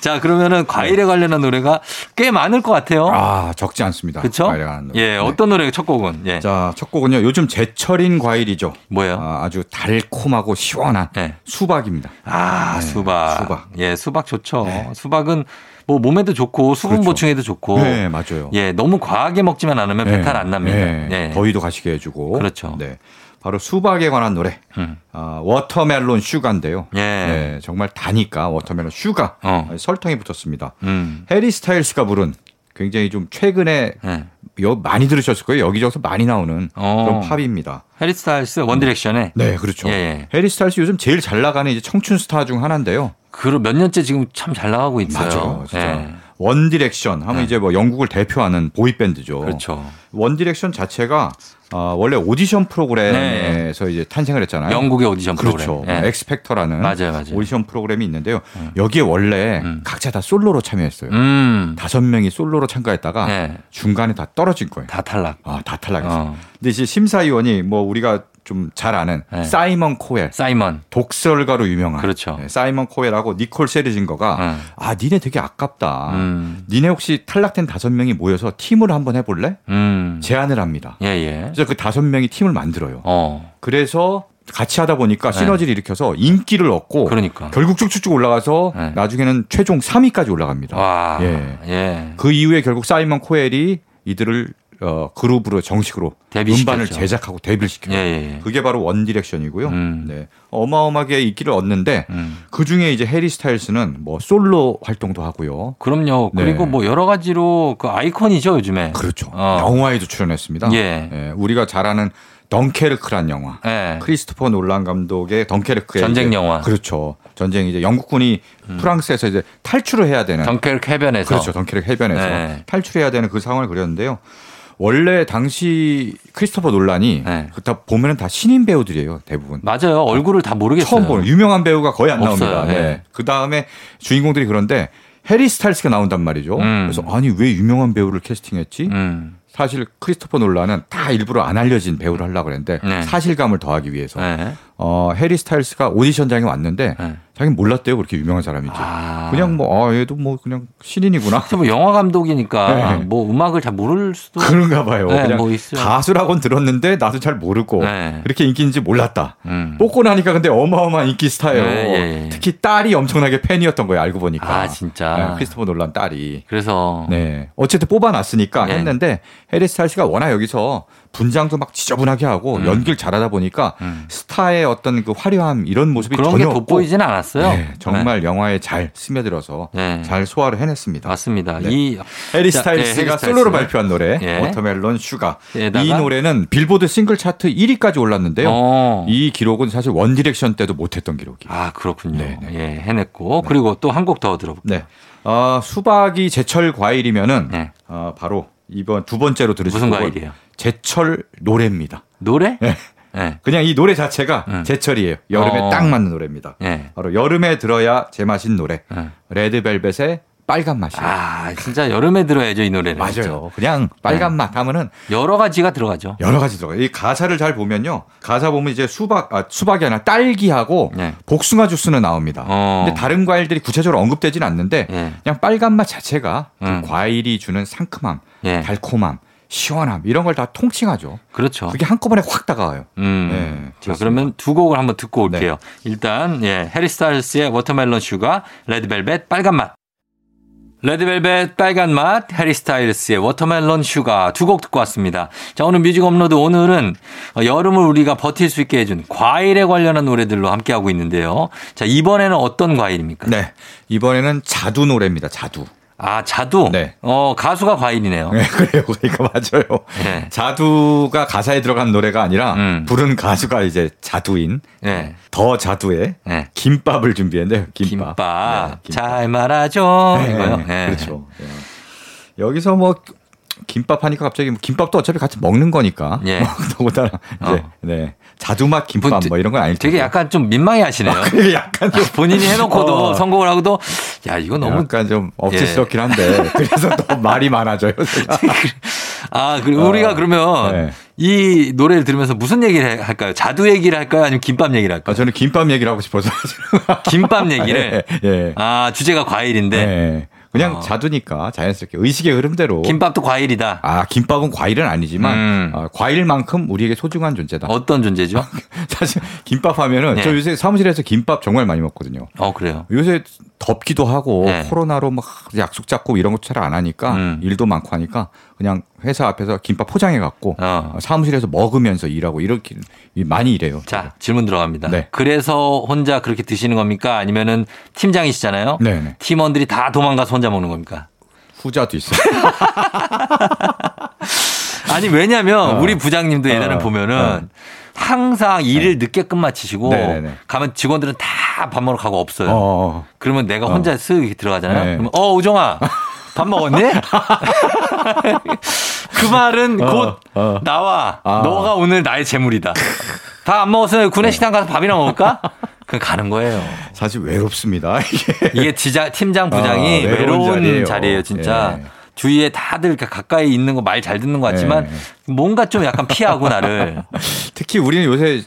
자 그러면은 과일에 관련한 노래가 꽤 많을 것 같아요.
네. 아, 적지 않습니다.
어? 그렇죠?
과일에 관한 노래.
예
네.
어떤 노래 첫 곡은 예
자, 첫 곡은요. 요즘 제철인 과일이죠.
뭐예요?
아, 아주 달콤하고 시원한
네.
수박입니다.
아
네,
수박.
수박. 네.
예 수박 좋죠. 수박은 뭐 몸에도 좋고 수분
그렇죠.
보충에도 좋고.
네, 맞아요.
예 너무 과하게 먹지만 않으면 배탈 안 납니다.
네.
예.
더위도 가시게 해주고.
그렇죠.
네. 바로 수박에 관한 노래.
음.
아, 워터멜론 슈가인데요.
예.
네, 정말 다니까 워터멜론 슈가.
어.
아니, 설탕이 붙었습니다.
음.
해리 스타일스가 부른 굉장히 좀 최근에
예.
여, 많이 들으셨을 거예요. 여기저기서 많이 나오는
어.
그런 팝입니다.
해리 스타일스 원디렉션의
네, 그렇죠.
예, 예.
해리 스타일스 요즘 제일 잘 나가는 이제 청춘 스타 중 하나인데요.
그로 몇 년째 지금 참 잘 나가고 있어요.
맞아요. 진짜.
예.
원 디렉션 하면 이제 뭐 영국을 대표하는 보이 밴드죠.
그렇죠.
원 디렉션 자체가 아, 원래 오디션 프로그램에서 이제 탄생을 했잖아요.
네, 영국의 오디션
그렇죠.
프로그램. 예.
엑스팩터라는
맞아요, 맞아요.
오디션 프로그램이 있는데요. 여기에 원래 각자 다 솔로로 참여했어요.
음.
다섯 명이 솔로로 참가했다가
예.
중간에 다 떨어진 거예요.
다 탈락.
아, 다 탈락했어요.
어.
근데 이제 심사위원이 뭐 우리가 좀 잘 아는
네.
사이먼 코엘
사이먼.
독설가로 유명한
그렇죠.
네, 사이먼 코엘하고 니콜 세리진거가
네.
아 니네 되게 아깝다.
음.
니네 혹시 탈락된 다섯 명이 모여서 팀을 한번 해볼래?
음.
제안을 합니다.
예, 예.
그래서 그 다섯 명이 팀을 만들어요.
어. 네.
그래서 같이 하다 보니까 시너지를 일으켜서 인기를 얻고
그러니까.
결국 쭉쭉쭉 올라가서
네.
나중에는 최종 3위까지 올라갑니다.
와.
예.
예.
그 이후에 결국 사이먼 코엘이 이들을 어, 그룹으로 정식으로
데뷔시켰죠.
음반을 제작하고 데뷔를 시켜요.
예, 예, 예.
그게 바로 원 디렉션이고요.
음.
네. 어마어마하게 인기를 얻는데
음.
그 중에 이제 해리 스타일스는 뭐 솔로 활동도 하고요.
그럼요.
네.
그리고 뭐 여러 가지로 그 아이콘이죠, 요즘에.
그렇죠.
어.
영화에도 출연했습니다.
예.
예, 우리가 잘 아는 덩케르크란 영화.
예.
크리스토퍼 놀란 감독의 덩케르크의
전쟁
이제-
영화. 음.
그렇죠. 전쟁 이제 영국군이 프랑스에서 이제 탈출을 해야 되는
덩케르크 해변에서.
그렇죠. 덩케르크 해변에서
네.
탈출해야 되는 그 상황을 그렸는데요. 원래 당시 크리스토퍼 놀란이
네.
그다 보면은 다 신인 배우들이에요, 대부분.
맞아요. 얼굴을 다 모르겠어요.
처음 보는 유명한 배우가 거의 안
없어요.
나옵니다. 네.
예.
그 다음에 주인공들이 그런데 해리 스타일스가 나온단 말이죠.
음.
그래서 아니 왜 유명한 배우를 캐스팅했지?
음.
사실 크리스토퍼 놀란은 다 일부러 안 알려진 배우를 하려고 그랬는데
네.
사실감을 더하기 위해서
예.
어, 해리 스타일스가 오디션장에 왔는데
네.
자기는 몰랐대요 그렇게 유명한 사람인지.
아.
그냥 뭐 아, 얘도 뭐 그냥 신인이구나.
사실 뭐 영화 감독이니까
네.
뭐 음악을 잘 모를 수도
그런가 봐요.
네,
그냥
뭐 있어요.
가수라고는 들었는데 나도 잘 모르고
네.
그렇게 인기인지 몰랐다.
음.
뽑고 나니까 근데 어마어마한 인기 스타예요.
네, 예, 예.
특히 딸이 엄청나게 팬이었던 거예요. 알고 보니까.
아, 진짜.
네, 크리스토퍼 놀란 딸이.
그래서
네. 어쨌든 뽑아놨으니까
네.
했는데 해리 스타일스가 워낙 여기서 분장도 막 지저분하게 하고
음.
연기를 잘하다 보니까 스타의 어떤 그 화려함 이런 모습이
그런 게
전혀 없고
돋보이진 않았어요.
네, 정말 영화에 잘 스며들어서
네.
잘 소화를 해냈습니다.
맞습니다.
네.
이 자,
해리
예, 해리
스타일스가
스타일스.
솔로로 발표한 노래
예.
워터멜론 슈가
에다가
이 노래는 빌보드 싱글 차트 1위까지 올랐는데요.
어.
이 기록은 사실 원 디렉션 때도 못했던 기록이.
아 그렇군요.
네, 네.
예, 해냈고 그리고 또 한 곡 더 들어볼게요.
네, 아, 수박이 제철 과일이면은
네.
아, 바로 이번 두 번째로 들으실
무슨
곡은
과일이에요?
제철 노래입니다.
노래?
네.
예.
그냥 이 노래 자체가
음.
제철이에요. 여름에
어.
딱 맞는 노래입니다.
예.
바로 여름에 들어야 제맛인 노래.
예.
레드벨벳의 빨간 맛이. 에요
아 진짜 여름에 들어야죠 네. 이 노래는. 그렇죠?
맞아요. 그냥 빨간 맛 하면은
여러 가지가 들어가죠.
여러 가지 들어가. 요이 가사를 잘 보면요. 가사 보면 이제 수박 아 수박이 아니라 딸기하고
네.
복숭아 주스는 나옵니다.
어.
근데 다른 과일들이 구체적으로 언급되진 않는데
예.
그냥 빨간 맛 자체가 그
음.
과일이 주는 상큼함,
예.
달콤함, 시원함 이런 걸 다 통칭하죠.
그렇죠.
그게 한꺼번에 확 다가와요.
음.
네,
자,
그렇습니다. 네.
그러면 두 곡을 한번 듣고 올게요. 일단 예, 해리 스타일스의 워터멜론 슈가, 레드벨벳 빨간 맛. 레드벨벳 빨간 맛, 해리 스타일스의 워터멜론 슈가 두 곡 듣고 왔습니다. 자, 오늘 뮤직 업로드 오늘은 어, 여름을 우리가 버틸 수 있게 해준 과일에 관련한 노래들로 함께하고 있는데요. 자, 이번에는 어떤 과일입니까?
네. 이번에는 자두 노래입니다. 자두.
아, 자두.
네.
어, 가수가 과일이네요.
네, 그래요. 그러니까 맞아요.
네.
자두가 가사에 들어간 노래가 아니라
음.
부른 가수가 이제 자두인
네.
더 자두의
네.
김밥을 준비했네요. 김밥.
김밥.
네,
잘 말아줘.
네,
이거요.
네,
네.
그렇죠. 네. 여기서 뭐 김밥 하니까 갑자기 뭐 김밥도 어차피 같이 먹는 거니까.
예.
뭐 더군다나 이제
어.
네. 자두맛 김밥
분-
뭐 이런 건 아닐 텐데.
되게 약간 좀 민망해 하시네요.
되게 약간 좀
본인이 해놓고도
어.
성공을 하고도 야 이거 너무 예.
약간 좀 억지스럽긴 한데 그래서 더 말이 많아져요. 제가.
아 그리고 우리가 그러면
네.
이 노래를 들으면서 무슨 얘기를 해- 할까요? 자두 얘기를 할까요? 아니면 김밥 얘기를
아,
할까요?
저는 김밥 얘기를 하고 싶어서.
김밥 얘기를
예, 예.
아 주제가 과일인데
네. 그냥
어.
자두니까 자연스럽게 의식의 흐름대로.
김밥도 과일이다.
아 김밥은 과일은 아니지만
음.
아, 과일만큼 우리에게 소중한 존재다.
어떤 존재죠?
사실 김밥 하면은
네.
저 요새 사무실에서 김밥 정말 많이 먹거든요.
어 그래요.
요새 덥기도 하고
네.
코로나로 막 약속 잡고 이런 거 잘 안 하니까
음.
일도 많고 하니까 그냥 회사 앞에서 김밥 포장해 갖고
어.
사무실에서 먹으면서 일하고 이렇게 많이 일해요.
자 질문 들어갑니다.
네.
그래서 혼자 그렇게 드시는 겁니까? 아니면은 팀장이시잖아요.
네네.
팀원들이 다 도망가서 혼자 먹는 겁니까?
후자도 있어요.
아니 왜냐면
어.
우리 부장님도 예전에
어.
보면은
어. 네.
항상 일을 늦게끔 마치시고
네네네. 가면
가면 직원들은 다 밥 먹으러 가고 없어요.
어.
그러면 내가 혼자 쓱 이렇게 들어가잖아요.
네.
그러면 어 우정아 밥 먹었니? 그 말은
어,
곧
어.
나와
아. 네.
너가 오늘 나의 재물이다. 밥 안 먹었으면 구내식당 가서 밥이나 먹을까? 그 가는 거예요.
사실 외롭습니다. 이게.
이게 지자, 팀장 부장이
아, 외로운
외로운
자리예요.
자리예요. 진짜.
예.
주위에 다들 이렇게 가까이 있는 거 말 잘 듣는 것 같지만
예.
뭔가 좀 약간 피하고 나를.
특히 우리는 요새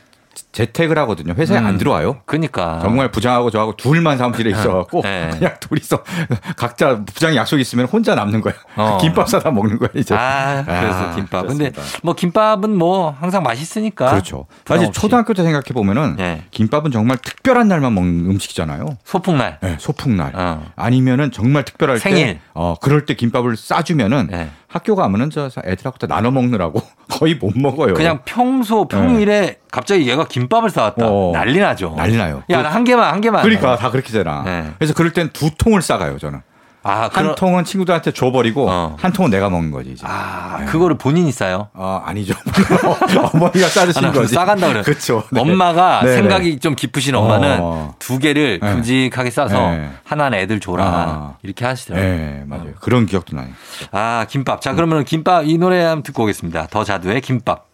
재택을 하거든요. 회사에 안 들어와요.
그니까.
정말 부장하고 저하고 둘만 사무실에 있어갖고
음. 아. 네.
그냥 둘이서 각자 부장 약속 있으면 혼자 남는 거야.
어.
김밥 사다 먹는 거야 이제.
아, 그래서
아,
김밥.
그렇습니다.
근데 뭐 김밥은 뭐 항상 맛있으니까.
그렇죠.
부담
사실
없이.
초등학교 때 생각해 보면은
예.
김밥은 정말 특별한 날만 먹는 음식이잖아요.
소풍날.
예, 소풍날
네. 어.
아니면은 정말 특별할
생일.
때, 어 그럴 때 김밥을 싸주면은
네.
학교 가면은 저 애들하고 다 나눠 먹느라고 거의 못 먹어요.
그냥 평소 평일에 갑자기 얘가 김밥을 싸왔다.
예. 어.
난리 나죠.
난리 나요. 그
야, 나 한 개만, 한 개만.
그러니까 다 그렇게 되나.
네.
그래서 그럴 땐 두 통을 싸가요 저는.
아,
한
그러-
통은 친구들한테 줘버리고
어.
한 통은 내가 먹는 거지 이제.
아, 그거를 본인이 싸요.
아, 아니죠. 어머니가
아,
싸주신
나 그거
거지.
싸간다 그래요.
그렇죠.
엄마가
네네.
생각이 좀 깊으신 엄마는
어.
두 개를
네.
큼직하게 싸서
네.
하나는 애들 줘라
아.
이렇게
예,
하시더라고요.
맞아요. 그런 기억도 나요.
아 김밥. 자 그러면 김밥 이 노래 한번 듣고 오겠습니다. 더 자두의 김밥.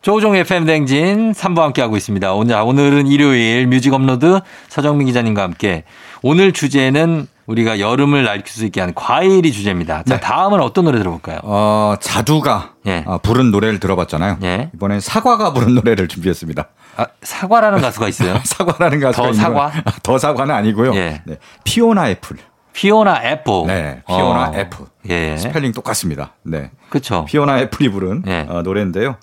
조종 FM 댕진 3부 함께하고 있습니다. 오늘, 오늘은 일요일 뮤직 업로드 서정민 기자님과 함께 오늘 주제는 우리가 여름을 날릴 수 있게 한 과일이 주제입니다. 자,
네.
다음은 어떤 노래 들어볼까요?
어, 자두가
예.
아, 부른 노래를 들어봤잖아요.
예.
이번엔 사과가 부른 노래를 준비했습니다.
아, 사과라는 가수가 있어요.
사과라는 가수가
예. 더
있는
사과?
건- 아, 더 사과는 아니고요.
예.
네. 피오나 애플.
피오나 애플.
네, 피오나
어.
애플.
예.
스펠링 똑같습니다. 네.
그쵸.
피오나 애플이 부른
예.
어, 노래인데요.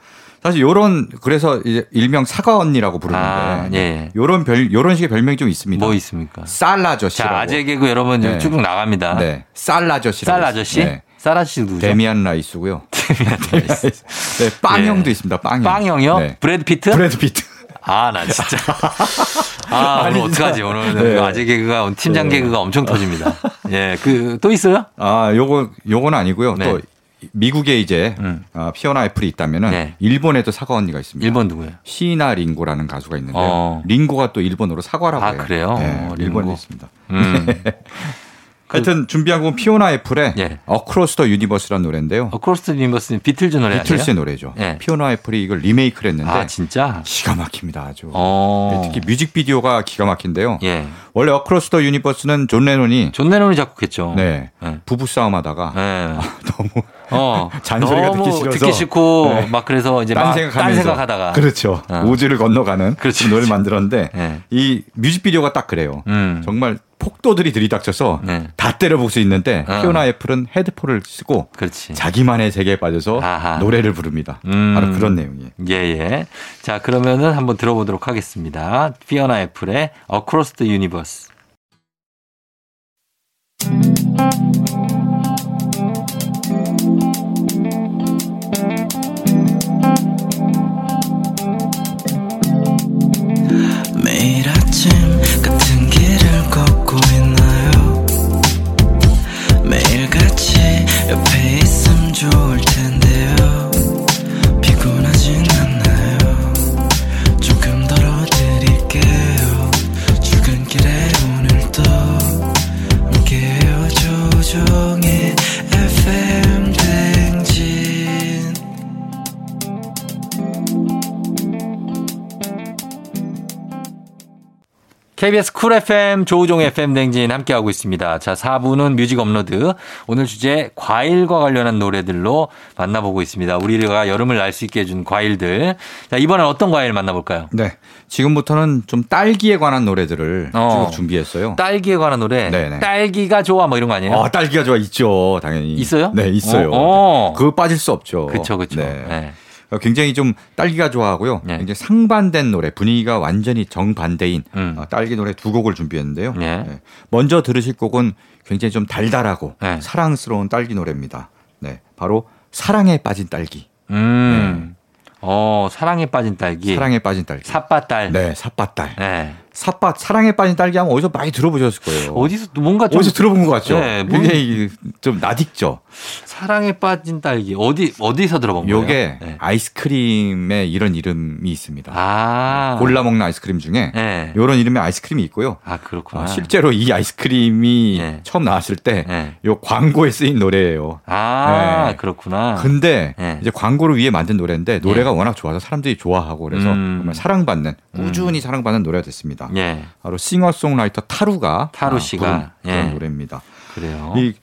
사실 요런 그래서 이제 일명 사과 언니라고 부르는데
아, 예.
요런 별 요런 식의 별명이 좀 있습니다.
뭐 있습니까?
쌀 아저씨라고.
자, 아재 개그 여러분
네.
쭉쭉 나갑니다.
네. 쌀 아저씨.
쌀 아저씨? 쌀 아저씨 누구죠?
데미안 라이스고요.
데미안 라이스.
네, 빵형도 있습니다. 빵형.
예. 빵형이요?
네.
브래드 피트?
브래드 피트.
아, 나 진짜. 아,
아니,
오늘
진짜.
어떡하지? 오늘
네.
아재 개그가, 오늘 팀장
네.
개그가 엄청 터집니다. 예, 그, 또 있어요?
아, 요거 요건 아니고요.
네. 음.
또 미국에 이제 아, 피오나 애플이 있다면은
네.
일본에도 사과 언니가 있습니다.
일본 누구예요?
시나 링고라는 가수가 있는데
어.
요 링고가 또 일본어로 사과라고
아,
해요.
그래요?
네,
어, 링고.
일본에 있습니다.
음.
하여튼 준비한 곡은 피오나 애플의
예.
어크로스 더 유니버스라는 노래인데요.
어크로스 리버스 비틀즈 노래
비틀스의
아니에요?
노래죠.
예.
피오나 애플이 이걸 리메이크를 했는데
아, 진짜?
기가 막힙니다. 아주.
어.
네, 특히 뮤직비디오가 기가 막힌데요.
예.
원래 어크로스 더 유니버스는 존 레논이
존 레논이 작곡했죠.
네,
네.
부부 싸움하다가
예.
너무
어.
잔소리가 듣기
너무
싫어서.
듣기 싫고
네.
막 그래서 이제
딴
막
생각하면서
딴 생각하다가
그렇죠
어.
우주를 건너가는 그
그렇죠.
노래를 만들었는데
네.
이 뮤직비디오가 딱 그래요.
음.
정말 폭도들이 들이닥쳐서
네.
다 때려볼 수 있는데
어.
피오나 애플은 헤드폰을 쓰고
그렇지.
자기만의 세계에 빠져서
예. 아하.
노래를 부릅니다.
음.
바로 그런 내용이에요.
예, 예. 자, 그러면은 한번 들어보도록 하겠습니다. 피어나 애플의 Across the Universe.
매일 아침 같은 길을 걷고 있나요 매일 같이 옆에 있음 좋을 텐데요 피곤하진 않나요 조금 덜어드릴게요 출근길에 오늘도 함께해요 조종의 FM 댕진
KBS 쿨 FM 조우종 FM 댕진 함께하고 있습니다. 자, 4부는 뮤직 업로드. 오늘 주제 과일과 관련한 노래들로 만나보고 있습니다. 우리가 여름을 날 수 있게 해준 과일들. 자, 이번엔 어떤 과일 만나볼까요?
네, 지금부터는 좀 딸기에 관한 노래들을
어.
쭉 준비했어요.
딸기에 관한 노래.
네네.
딸기가 좋아 뭐 이런 거 아니에요?
아, 딸기가 좋아 있죠, 당연히.
있어요?
네, 있어요.
어, 어.
그거 빠질 수 없죠.
그쵸, 그쵸.
네.
네.
굉장히 좀 딸기가 좋아하고요.
네.
굉장히 상반된 노래 분위기가 완전히 정반대인
음.
어, 딸기 노래 두 곡을 준비했는데요.
네.
네. 먼저 들으실 곡은 굉장히 좀 달달하고
네.
사랑스러운 딸기 노래입니다. 네, 바로 사랑에 빠진 딸기.
음. 어, 사랑에 빠진 딸기.
사랑에 빠진 딸기.
사빠딸.
네, 삿밭딸.
예. 네.
삿밭 사랑에 빠진 딸기 하면 어디서 많이 들어보셨을 거예요.
어디서 또 뭔가 좀
어디서 들어본 것 같죠?
네, 뭔-
굉장히 좀 낯익죠.
사랑에 빠진 딸기. 어디 어디서 들어본 거예요?
요게
네.
아이스크림에 이런 이름이 있습니다.
아.
골라 먹는 아이스크림 중에
네.
요런 이름의 아이스크림이 있고요.
아, 그렇구나.
아, 실제로 이 아이스크림이
네.
처음 나왔을 때 요
네.
광고에 쓰인 노래예요.
아,
네.
그렇구나.
근데
네.
이제 광고를 위해 만든 노래인데 노래가 워낙 좋아서 사람들이 좋아하고 그래서
음.
정말 사랑받는 꾸준히 사랑받는 노래가 됐습니다.
예.
바로 싱어송라이터 타루가
타루
아,
씨가.
부른 그런
예.
노래입니다.
그래요.
이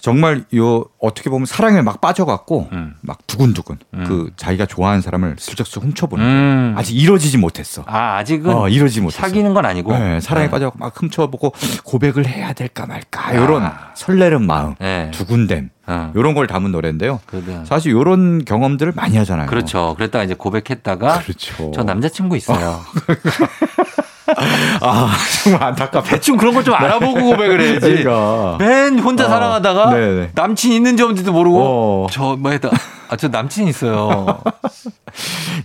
정말 요 어떻게 보면 사랑에 막 빠져갖고
음.
막 두근두근 그 자기가 좋아하는 사람을 슬쩍슬쩍 훔쳐보는
음.
아직 이루어지지 못했어.
아, 아직은
어, 이루지 못했어.
사귀는 건 아니고.
네, 사랑에
네. 아.
빠져갖고 막 훔쳐보고 고백을 해야 될까 말까 이런 설레는 마음,
네.
두근댐
어.
이런 걸 담은 노래인데요.
그래도-
사실 이런 경험들을 많이 하잖아요.
그렇죠. 그랬다가 이제 고백했다가
그렇죠.
저 남자친구 있어요.
아 정말 안타깝다.
대충 그런 걸 좀 알아보고 고백을 해야지.
네. 그러니까.
맨 혼자
어,
사랑하다가
네네.
남친 있는지 없는지도 모르고
어.
저 뭐 했다. 아, 저 남친 있어요.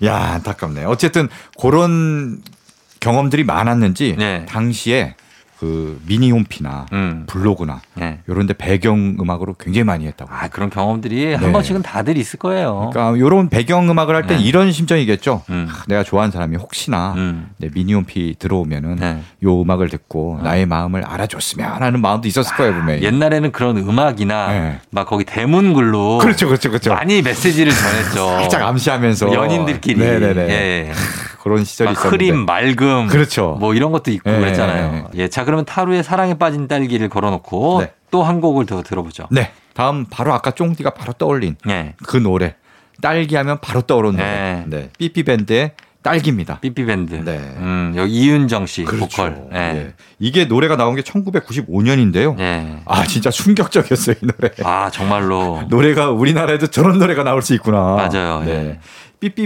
야 안타깝네. 어쨌든 그런 경험들이 많았는지
네.
당시에 그 미니홈피나
음.
블로그나
네.
이런데 배경 음악으로 굉장히 많이 했다고.
아, 그런 경험들이 한
네.
번씩은 다들 있을 거예요.
그러니까 이런 배경 음악을 할 땐
네.
이런 심정이겠죠.
음.
아, 내가 좋아하는 사람이 혹시나
음.
내 미니홈피 들어오면은
네. 아.
요 음악을 듣고 나의 마음을 알아줬으면 하는 마음도 있었을 거예요 분명히.
옛날에는 그런 음악이나
네.
막 거기 대문글로
그렇죠, 그렇죠, 그렇죠. 어.
많이 메시지를 전했죠.
살짝 암시하면서
연인들끼리
네네네.
예.
그런 시절이
막
있었는데.
흐림, 맑음,
그렇죠.
뭐 이런 것도 있고
예,
그랬잖아요. 예, 자 그러면 타루의 사랑에 빠진 딸기를 걸어놓고
네.
또 한 곡을 더 들어보죠.
네, 다음 바로 아까 쫑디가 바로 떠올린
예,
그 노래 딸기 하면 바로 떠오르는
네.
노래. 네, 삐삐 밴드의 딸기입니다.
삐삐 밴드.
네.
음, 여기 이윤정 씨 보컬. 예.
예. 이게 노래가 나온 게 1995년인데요.
예.
아 진짜 충격적이었어요 이 노래.
아 정말로.
노래가 우리나라에도 저런 노래가 나올 수 있구나.
맞아요, 예.
네.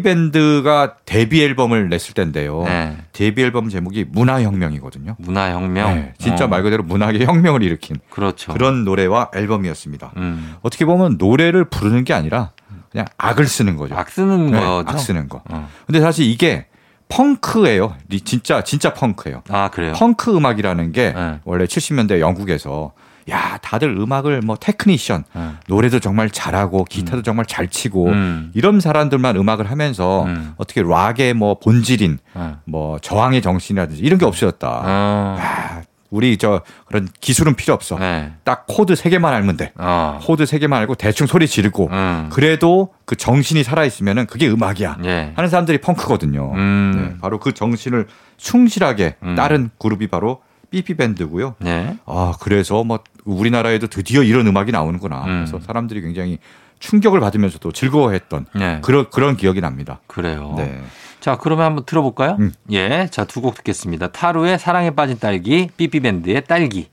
삐삐밴드가 데뷔 앨범을 냈을 때인데요.
네.
데뷔 앨범 제목이 문화혁명이거든요.
문화혁명.
네, 진짜
어,
말 그대로 문학의 혁명을 일으킨
그렇죠.
그런 노래와 앨범이었습니다.
음,
어떻게 보면 노래를 부르는 게 아니라 그냥 악을 쓰는 거죠.
악 쓰는
네,
거죠.
악 쓰는 거.
어.
근데 사실 이게 펑크예요. 리- 진짜 진짜 펑크예요.
아 그래요.
펑크 음악이라는 게
네.
원래 70년대 영국에서 야 다들 음악을 뭐 테크니션
네.
노래도 정말 잘하고 기타도 정말 잘 치고
음.
이런 사람들만 음악을 하면서
음.
어떻게 락의 뭐 본질인
어.
뭐 저항의 정신이라든지 이런 게 없어졌다.
어.
야, 우리 저 그런 기술은 필요 없어.
네.
딱 코드 세 개만 알면 돼.
어.
코드 세 개만 알고 대충 소리 지르고
음.
그래도 그 정신이 살아 있으면은 그게 음악이야.
예.
하는 사람들이 펑크거든요.
음.
네, 바로 그 정신을 충실하게
음.
따른 그룹이 바로 삐삐 밴드고요.
예.
아 그래서 뭐 우리나라에도 드디어 이런 음악이 나오는구나.
음.
그래서 사람들이 굉장히 충격을 받으면서도 즐거워했던
예.
그런 그런 기억이 납니다.
그래요.
네.
자, 그러면 한번 들어볼까요?
음.
예. 자, 두 곡 듣겠습니다. 타루의 사랑에 빠진 딸기, 삐삐밴드의 딸기.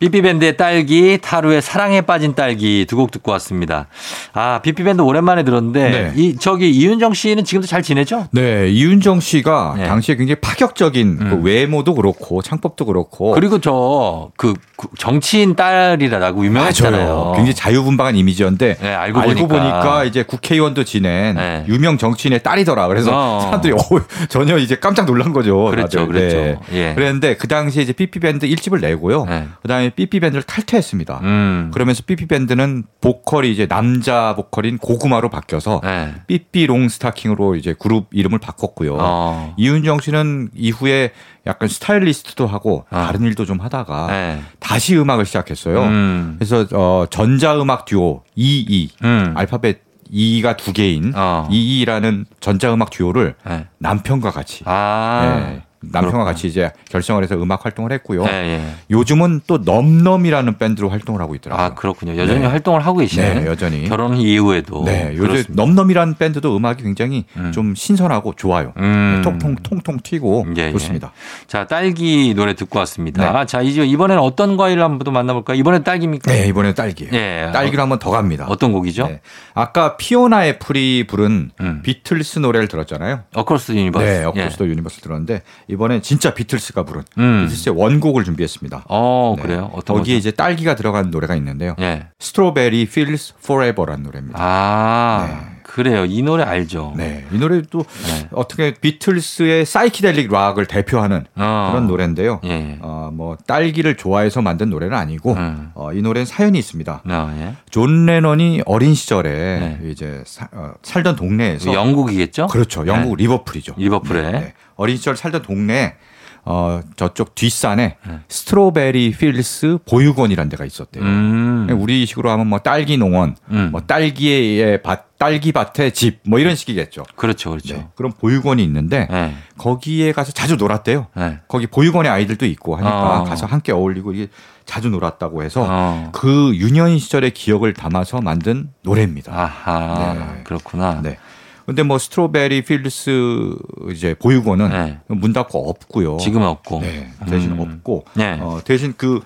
삐삐밴드의 딸기, 타루의 사랑에 빠진 딸기 두 곡 듣고 왔습니다. 아, 삐삐밴드 오랜만에 들었는데,
네.
이, 저기 이윤정 씨는 지금도 잘 지내죠?
네, 이윤정 씨가
네.
당시에 굉장히 파격적인 그
음.
외모도 그렇고 창법도 그렇고
그리고 저, 그, 그 정치인 딸이라고 유명했잖아요.
맞아요. 굉장히 자유분방한 이미지였는데
네, 알고 보니까.
이제 국회의원도 지낸
네.
유명 정치인의 딸이더라. 그래서
어.
사람들이 어, 전혀 이제 깜짝 놀란 거죠.
그랬죠,
다들. 네.
그랬죠. 예.
그랬는데 그 당시에 이제 삐삐 밴드 1집을 내고요.
네.
그다음에 삐삐 밴드를 탈퇴했습니다.
음.
그러면서 삐삐 밴드는 보컬이 이제 남자 보컬인 고구마로 바뀌어서
네.
삐삐 롱스타킹으로 이제 그룹 이름을 바꿨고요.
어.
이윤정 씨는 이후에 약간 스타일리스트도 하고
아.
다른 일도 좀 하다가
네.
다시 음악을 시작했어요.
음.
그래서 어, 전자음악 듀오 EE
음.
알파벳 E가 두 개인
어.
EE라는 전자음악 듀오를
네.
남편과 같이
아.
예, 남편과 같이 이제 결성을 해서 음악 활동을 했고요.
예, 예.
요즘은 또 넘넘이라는 밴드로 활동을 하고 있더라고요.
아, 그렇군요. 여전히
네.
활동을 하고 계시네요.
네, 여전히.
결혼 이후에도.
네, 요즘
그렇습니다.
넘넘이라는 밴드도 음악이 굉장히
음.
좀 신선하고 좋아요.
음.
통통 통통 튀고
예, 예.
좋습니다.
자, 딸기 노래 듣고 왔습니다. 자, 이제 이번에는 어떤 과일을 한번 또 만나볼까요? 이번엔 딸기입니까?
네, 이번에 딸기예요.
예.
딸기로 한번 더 갑니다.
어떤 곡이죠?
네. 아까 피오나 애플이 부른
음. 비틀스
비틀스 노래를 들었잖아요.
어커스 유니버스.
네,
예.
어쿠스도 유니버스 들었는데 이번엔 진짜 비틀스가 부른
음.
비틀스의 원곡을 준비했습니다.
어,
네.
그래요? 어떤
거기에
거죠?
이제 딸기가 들어간 노래가 있는데요.
예.
스트로베리 필스 포레버라는 노래입니다.
아,
네.
그래요. 이 노래 알죠.
네, 이 노래 또
네.
어떻게 비틀스의 사이키델릭 락을 대표하는
어.
그런 노래인데요.
예.
어, 뭐 딸기를 좋아해서 만든 노래는 아니고
음.
어, 이 노래는 사연이 있습니다.
어, 예.
존 레넌이 어린 시절에
네.
이제 사- 어, 살던 동네에서
영국이겠죠? 예.
그렇죠. 영국 리버풀이죠.
네. 리버풀에.
네. 어린 시절 살던 동네 어, 저쪽 뒷산에 스트로베리 필스 보육원이라는 데가 있었대요.
네.
예, 네,
음.
우리식으로 하면 뭐 딸기 농원,
음.
뭐 딸기의 밭, 딸기 밭에 집, 뭐 이런 식이겠죠.
그렇죠.
네.
그렇죠.
그런 보육원이 있는데
네.
거기에 가서 자주 놀았대요.
네.
거기 보육원에 아이들도 있고 하니까
어.
가서 함께 어울리고 이게 자주 놀았다고 해서
어.
그 유년 시절의 기억을 담아서 만든 노래입니다.
아하.
네.
그렇구나.
네. 근데 뭐 스트로베리 필드스 이제 보육원은
네.
문 닫고 없고요.
지금은 없고.
네, 대신
음.
없고
네.
어, 대신 그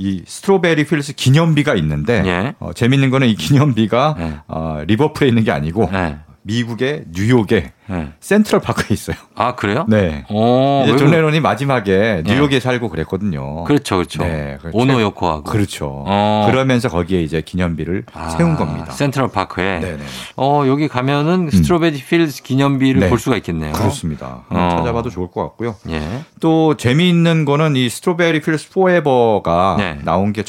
이 스트로베리 필스 기념비가 있는데
예.
어, 재밌는 거는 이 기념비가
네.
어, 리버풀에 있는 게 아니고
네.
미국의 뉴욕의
네.
센트럴 파크에 있어요.
아, 그래요?
네.
오,
이제
외국-
존 레논이 마지막에 뉴욕에 살고 그랬거든요.
어, 네. 그렇죠. 그렇죠.
네, 그렇죠.
오노 요코하고.
그렇죠.
어.
그러면서 거기에 이제 기념비를
아,
세운 겁니다.
센트럴 파크에.
네네. 음.
어, 여기 가면은 스트로베리 필드 기념비를
네.
볼 수가 있겠네요.
그렇습니다. 음, 네.
어.
찾아봐도 좋을 것 같고요.
예.
또 재미있는 거는 이 스트로베리 필스 포에버가
네.
나온 게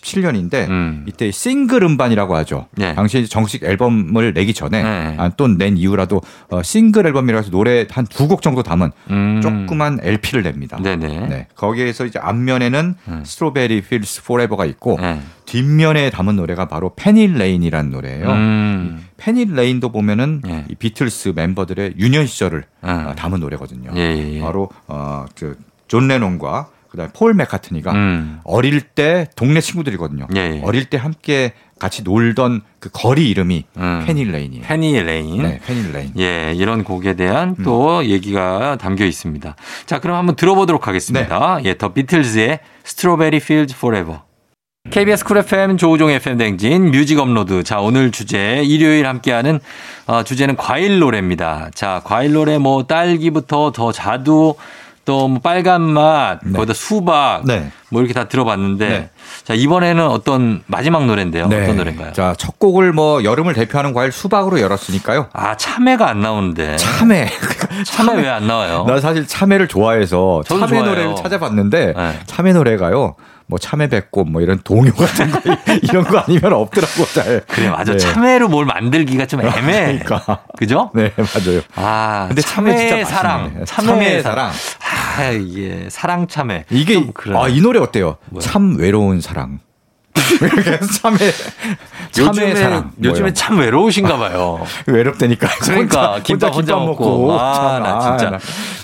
1967년인데
음.
이때 싱글 음반이라고 하죠.
네.
당시 정식 앨범을 내기 전에
네.
아, 또낸 이후라도 어, 싱글 앨범이라서 노래 한 두 곡 정도 담은
음.
조그만 LP를 냅니다.
네네. 음.
네. 거기에서 이제 앞면에는 스트로베리 필스 포레버가 있고
네.
뒷면에 담은 노래가 바로 페닐 레인이라는 노래예요.
음.
페닐 레인도 보면은
예.
이 비틀스 멤버들의 유년 시절을
아.
어, 담은 노래거든요.
예, 예, 예.
바로 어, 그존 레논과 그다음 폴 맥카트니가
음.
어릴 때 동네 친구들이거든요.
예, 예.
어릴 때 함께 같이 놀던 그 거리 이름이
음.
페닐 레인이에요.
페니 레인.
네, 페닐 레인.
예, 이런 곡에 대한
음.
또 얘기가 담겨 있습니다. 자, 그럼 한번 들어보도록 하겠습니다.
네.
예, 더 비틀즈의 스트로베리 필드 포레버. KBS 쿨 FM 조우종 FM 댕진 뮤직 업로드. 자, 오늘 주제 일요일 함께하는 어, 주제는 과일 노래입니다. 자, 과일 노래 뭐 딸기부터 더 자두 또뭐 빨간 맛, 거기다 수박
네.
뭐 이렇게 다 들어봤는데
네.
자, 이번에는 어떤 마지막 노래인데요. 어떤 노래인가요?
자, 첫 곡을 뭐 여름을 대표하는 과일 수박으로 열었으니까요.
아, 참외가 안 나오는데.
참외. 네.
참외 왜 안 나와요?
나 사실 참외를 좋아해서
어. 저도
참외
좋아해요.
노래를 찾아봤는데
네.
참외 노래가요. 뭐 참외 배꼽 뭐 이런 동요 같은 거 이런 거 아니면 없더라고 잘.
그래 맞아
네.
참외로 뭘 만들기가 좀 애매해
그러니까.
그죠?
네, 맞아요.
아
근데 참외 진짜
참외의 사랑
맛있네.
참외의
참외의
사랑
사랑.
아 이게 사랑 참외
이게
그래.
아 이 노래 어때요? 참 외로운 사랑. 참외 참외
요즘에,
사랑.
요즘에
뭐예요?
참 외로우신가 봐요.
외롭다니까.
그러니까 김밥 혼자, 먹고 아
참,
나 진짜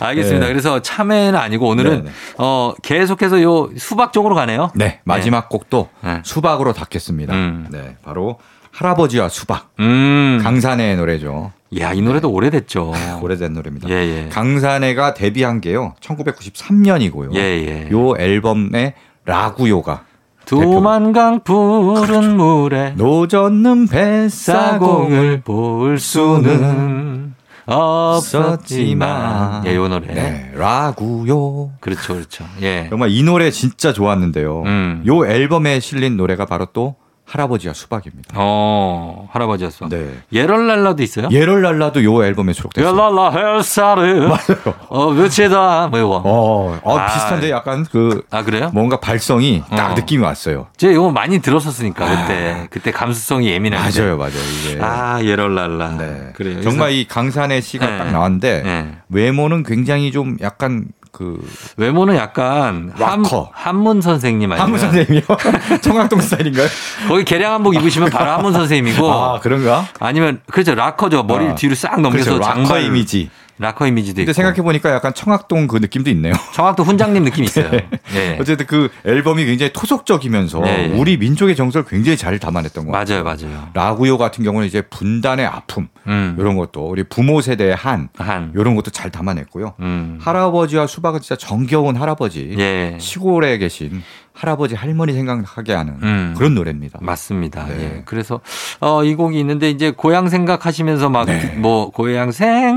알겠습니다.
네.
그래서 참외는 아니고 오늘은
네, 네.
어 계속해서 요 수박 쪽으로 가네요.
네 마지막 곡도
네.
수박으로 닫겠습니다.
음.
네 바로 할아버지와 수박
음.
강산의 노래죠. 아,
야 이 노래도 오래됐죠.
오래된 노래입니다.
예, 예.
강산해가 데뷔한 게요 1993년이고요.
예, 예.
요 앨범에 라구요가
두만강 푸른 물에
노젓는 뱃사공을
사공을 볼 수는 없었지만 예, 요 노래.
네, 라구요.
그렇죠, 그렇죠. 예.
정말 이 노래 진짜 좋았는데요.
음.
요 앨범에 실린 노래가 바로 또 할아버지와 수박입니다.
어, 할아버지였어.
네.
예럴랄라도 있어요?
예럴 랄라도 요 앨범에 수록됐어요.
예럴랄라 헬사르. 맞아요. 어, 며치다. 뭐 이거.
어, 어,
아.
비슷한데 약간 그
아, 그래요?
뭔가 발성이 딱
어.
느낌이 왔어요.
제가 이거 많이 들었었으니까 그때 그때 감수성이 예민한데.
아. 맞아요, 맞아요. 이게.
네, 아, 예럴랄라.
네.
그래요.
정말 이 강산의 시가
네.
딱 나왔는데
네.
외모는 굉장히 좀 약간 그
외모는 약간 한,
락커.
한문 선생님 아니면
한문 선생님이요? 청학동 스타일인가요?
거기 계량 한복 입으시면 바로 한문 선생님이고
아 그런가?
아니면 그렇죠 락커죠 머리를
아,
뒤로 싹 넘겨서
그렇죠. 락커
장발
이미지.
락커 이미지도
근데
있고
생각해 보니까 약간 청학동 그 느낌도 있네요.
정확도 훈장님 느낌 이 있어요.
네.
예.
어쨌든 그 앨범이 굉장히 토속적이면서
네, 네.
우리 민족의 정서를 굉장히 잘 담아냈던 것
맞아요,
같아요.
맞아요.
라구요 같은 경우는 이제 분단의 아픔
음.
이런 것도 우리 부모 세대의 한
한.
이런 것도 잘 담아냈고요.
음.
할아버지와 수박은 진짜 정겨운 할아버지
예.
시골에 계신 할아버지 할머니 생각하게 하는
음.
그런 노래입니다.
맞습니다.
네.
예. 그래서 어, 이 곡이 있는데 이제 고향 생각하시면서 막 뭐
네.
고향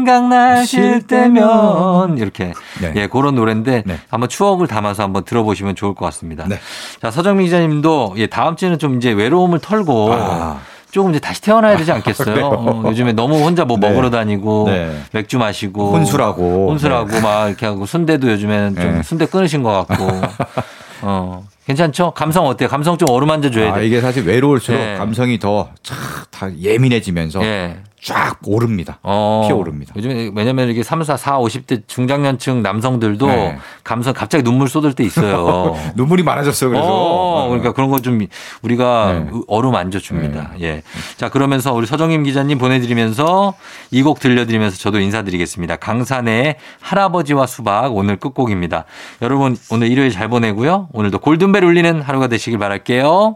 생각나실
실
때면 이렇게
네.
예 그런 노래인데
네.
한번 추억을 담아서 한번 들어보시면 좋을 것 같습니다.
네.
자 서정민 기자님도 예, 다음 주에는 좀 이제 외로움을 털고
아.
조금 이제 다시 태어나야 되지 않겠어요? 어, 요즘에 너무 혼자 뭐
네.
먹으러 다니고
네.
맥주 마시고
혼술하고.
혼술하고 막 이렇게 하고 순대도 요즘에는 좀
네.
순대 끊으신 것 같고 어 괜찮죠? 감성 어때요? 감성 좀 어루만져 줘야
아,
돼.
이게 사실 외로울수록
네.
감성이 더다 예민해지면서
예.
쫙 오릅니다.
어,
피어오릅니다.
요즘에 왜냐면 이렇게 3, 4, 4, 50대 중장년층 남성들도
네.
감성 갑자기 눈물 쏟을 때 있어요.
눈물이 많아졌어요. 그래서
어, 그러니까 그런 거 좀 우리가 그
네.
얼음 안져 줍니다. 예. 자, 그러면서 우리 서정임 기자님 보내드리면서 이 곡 들려드리면서 저도 인사드리겠습니다. 강산의 할아버지와 수박 오늘 끝곡입니다. 여러분 오늘 일요일 잘 보내고요. 오늘도 골든벨 울리는 하루가 되시길 바랄게요.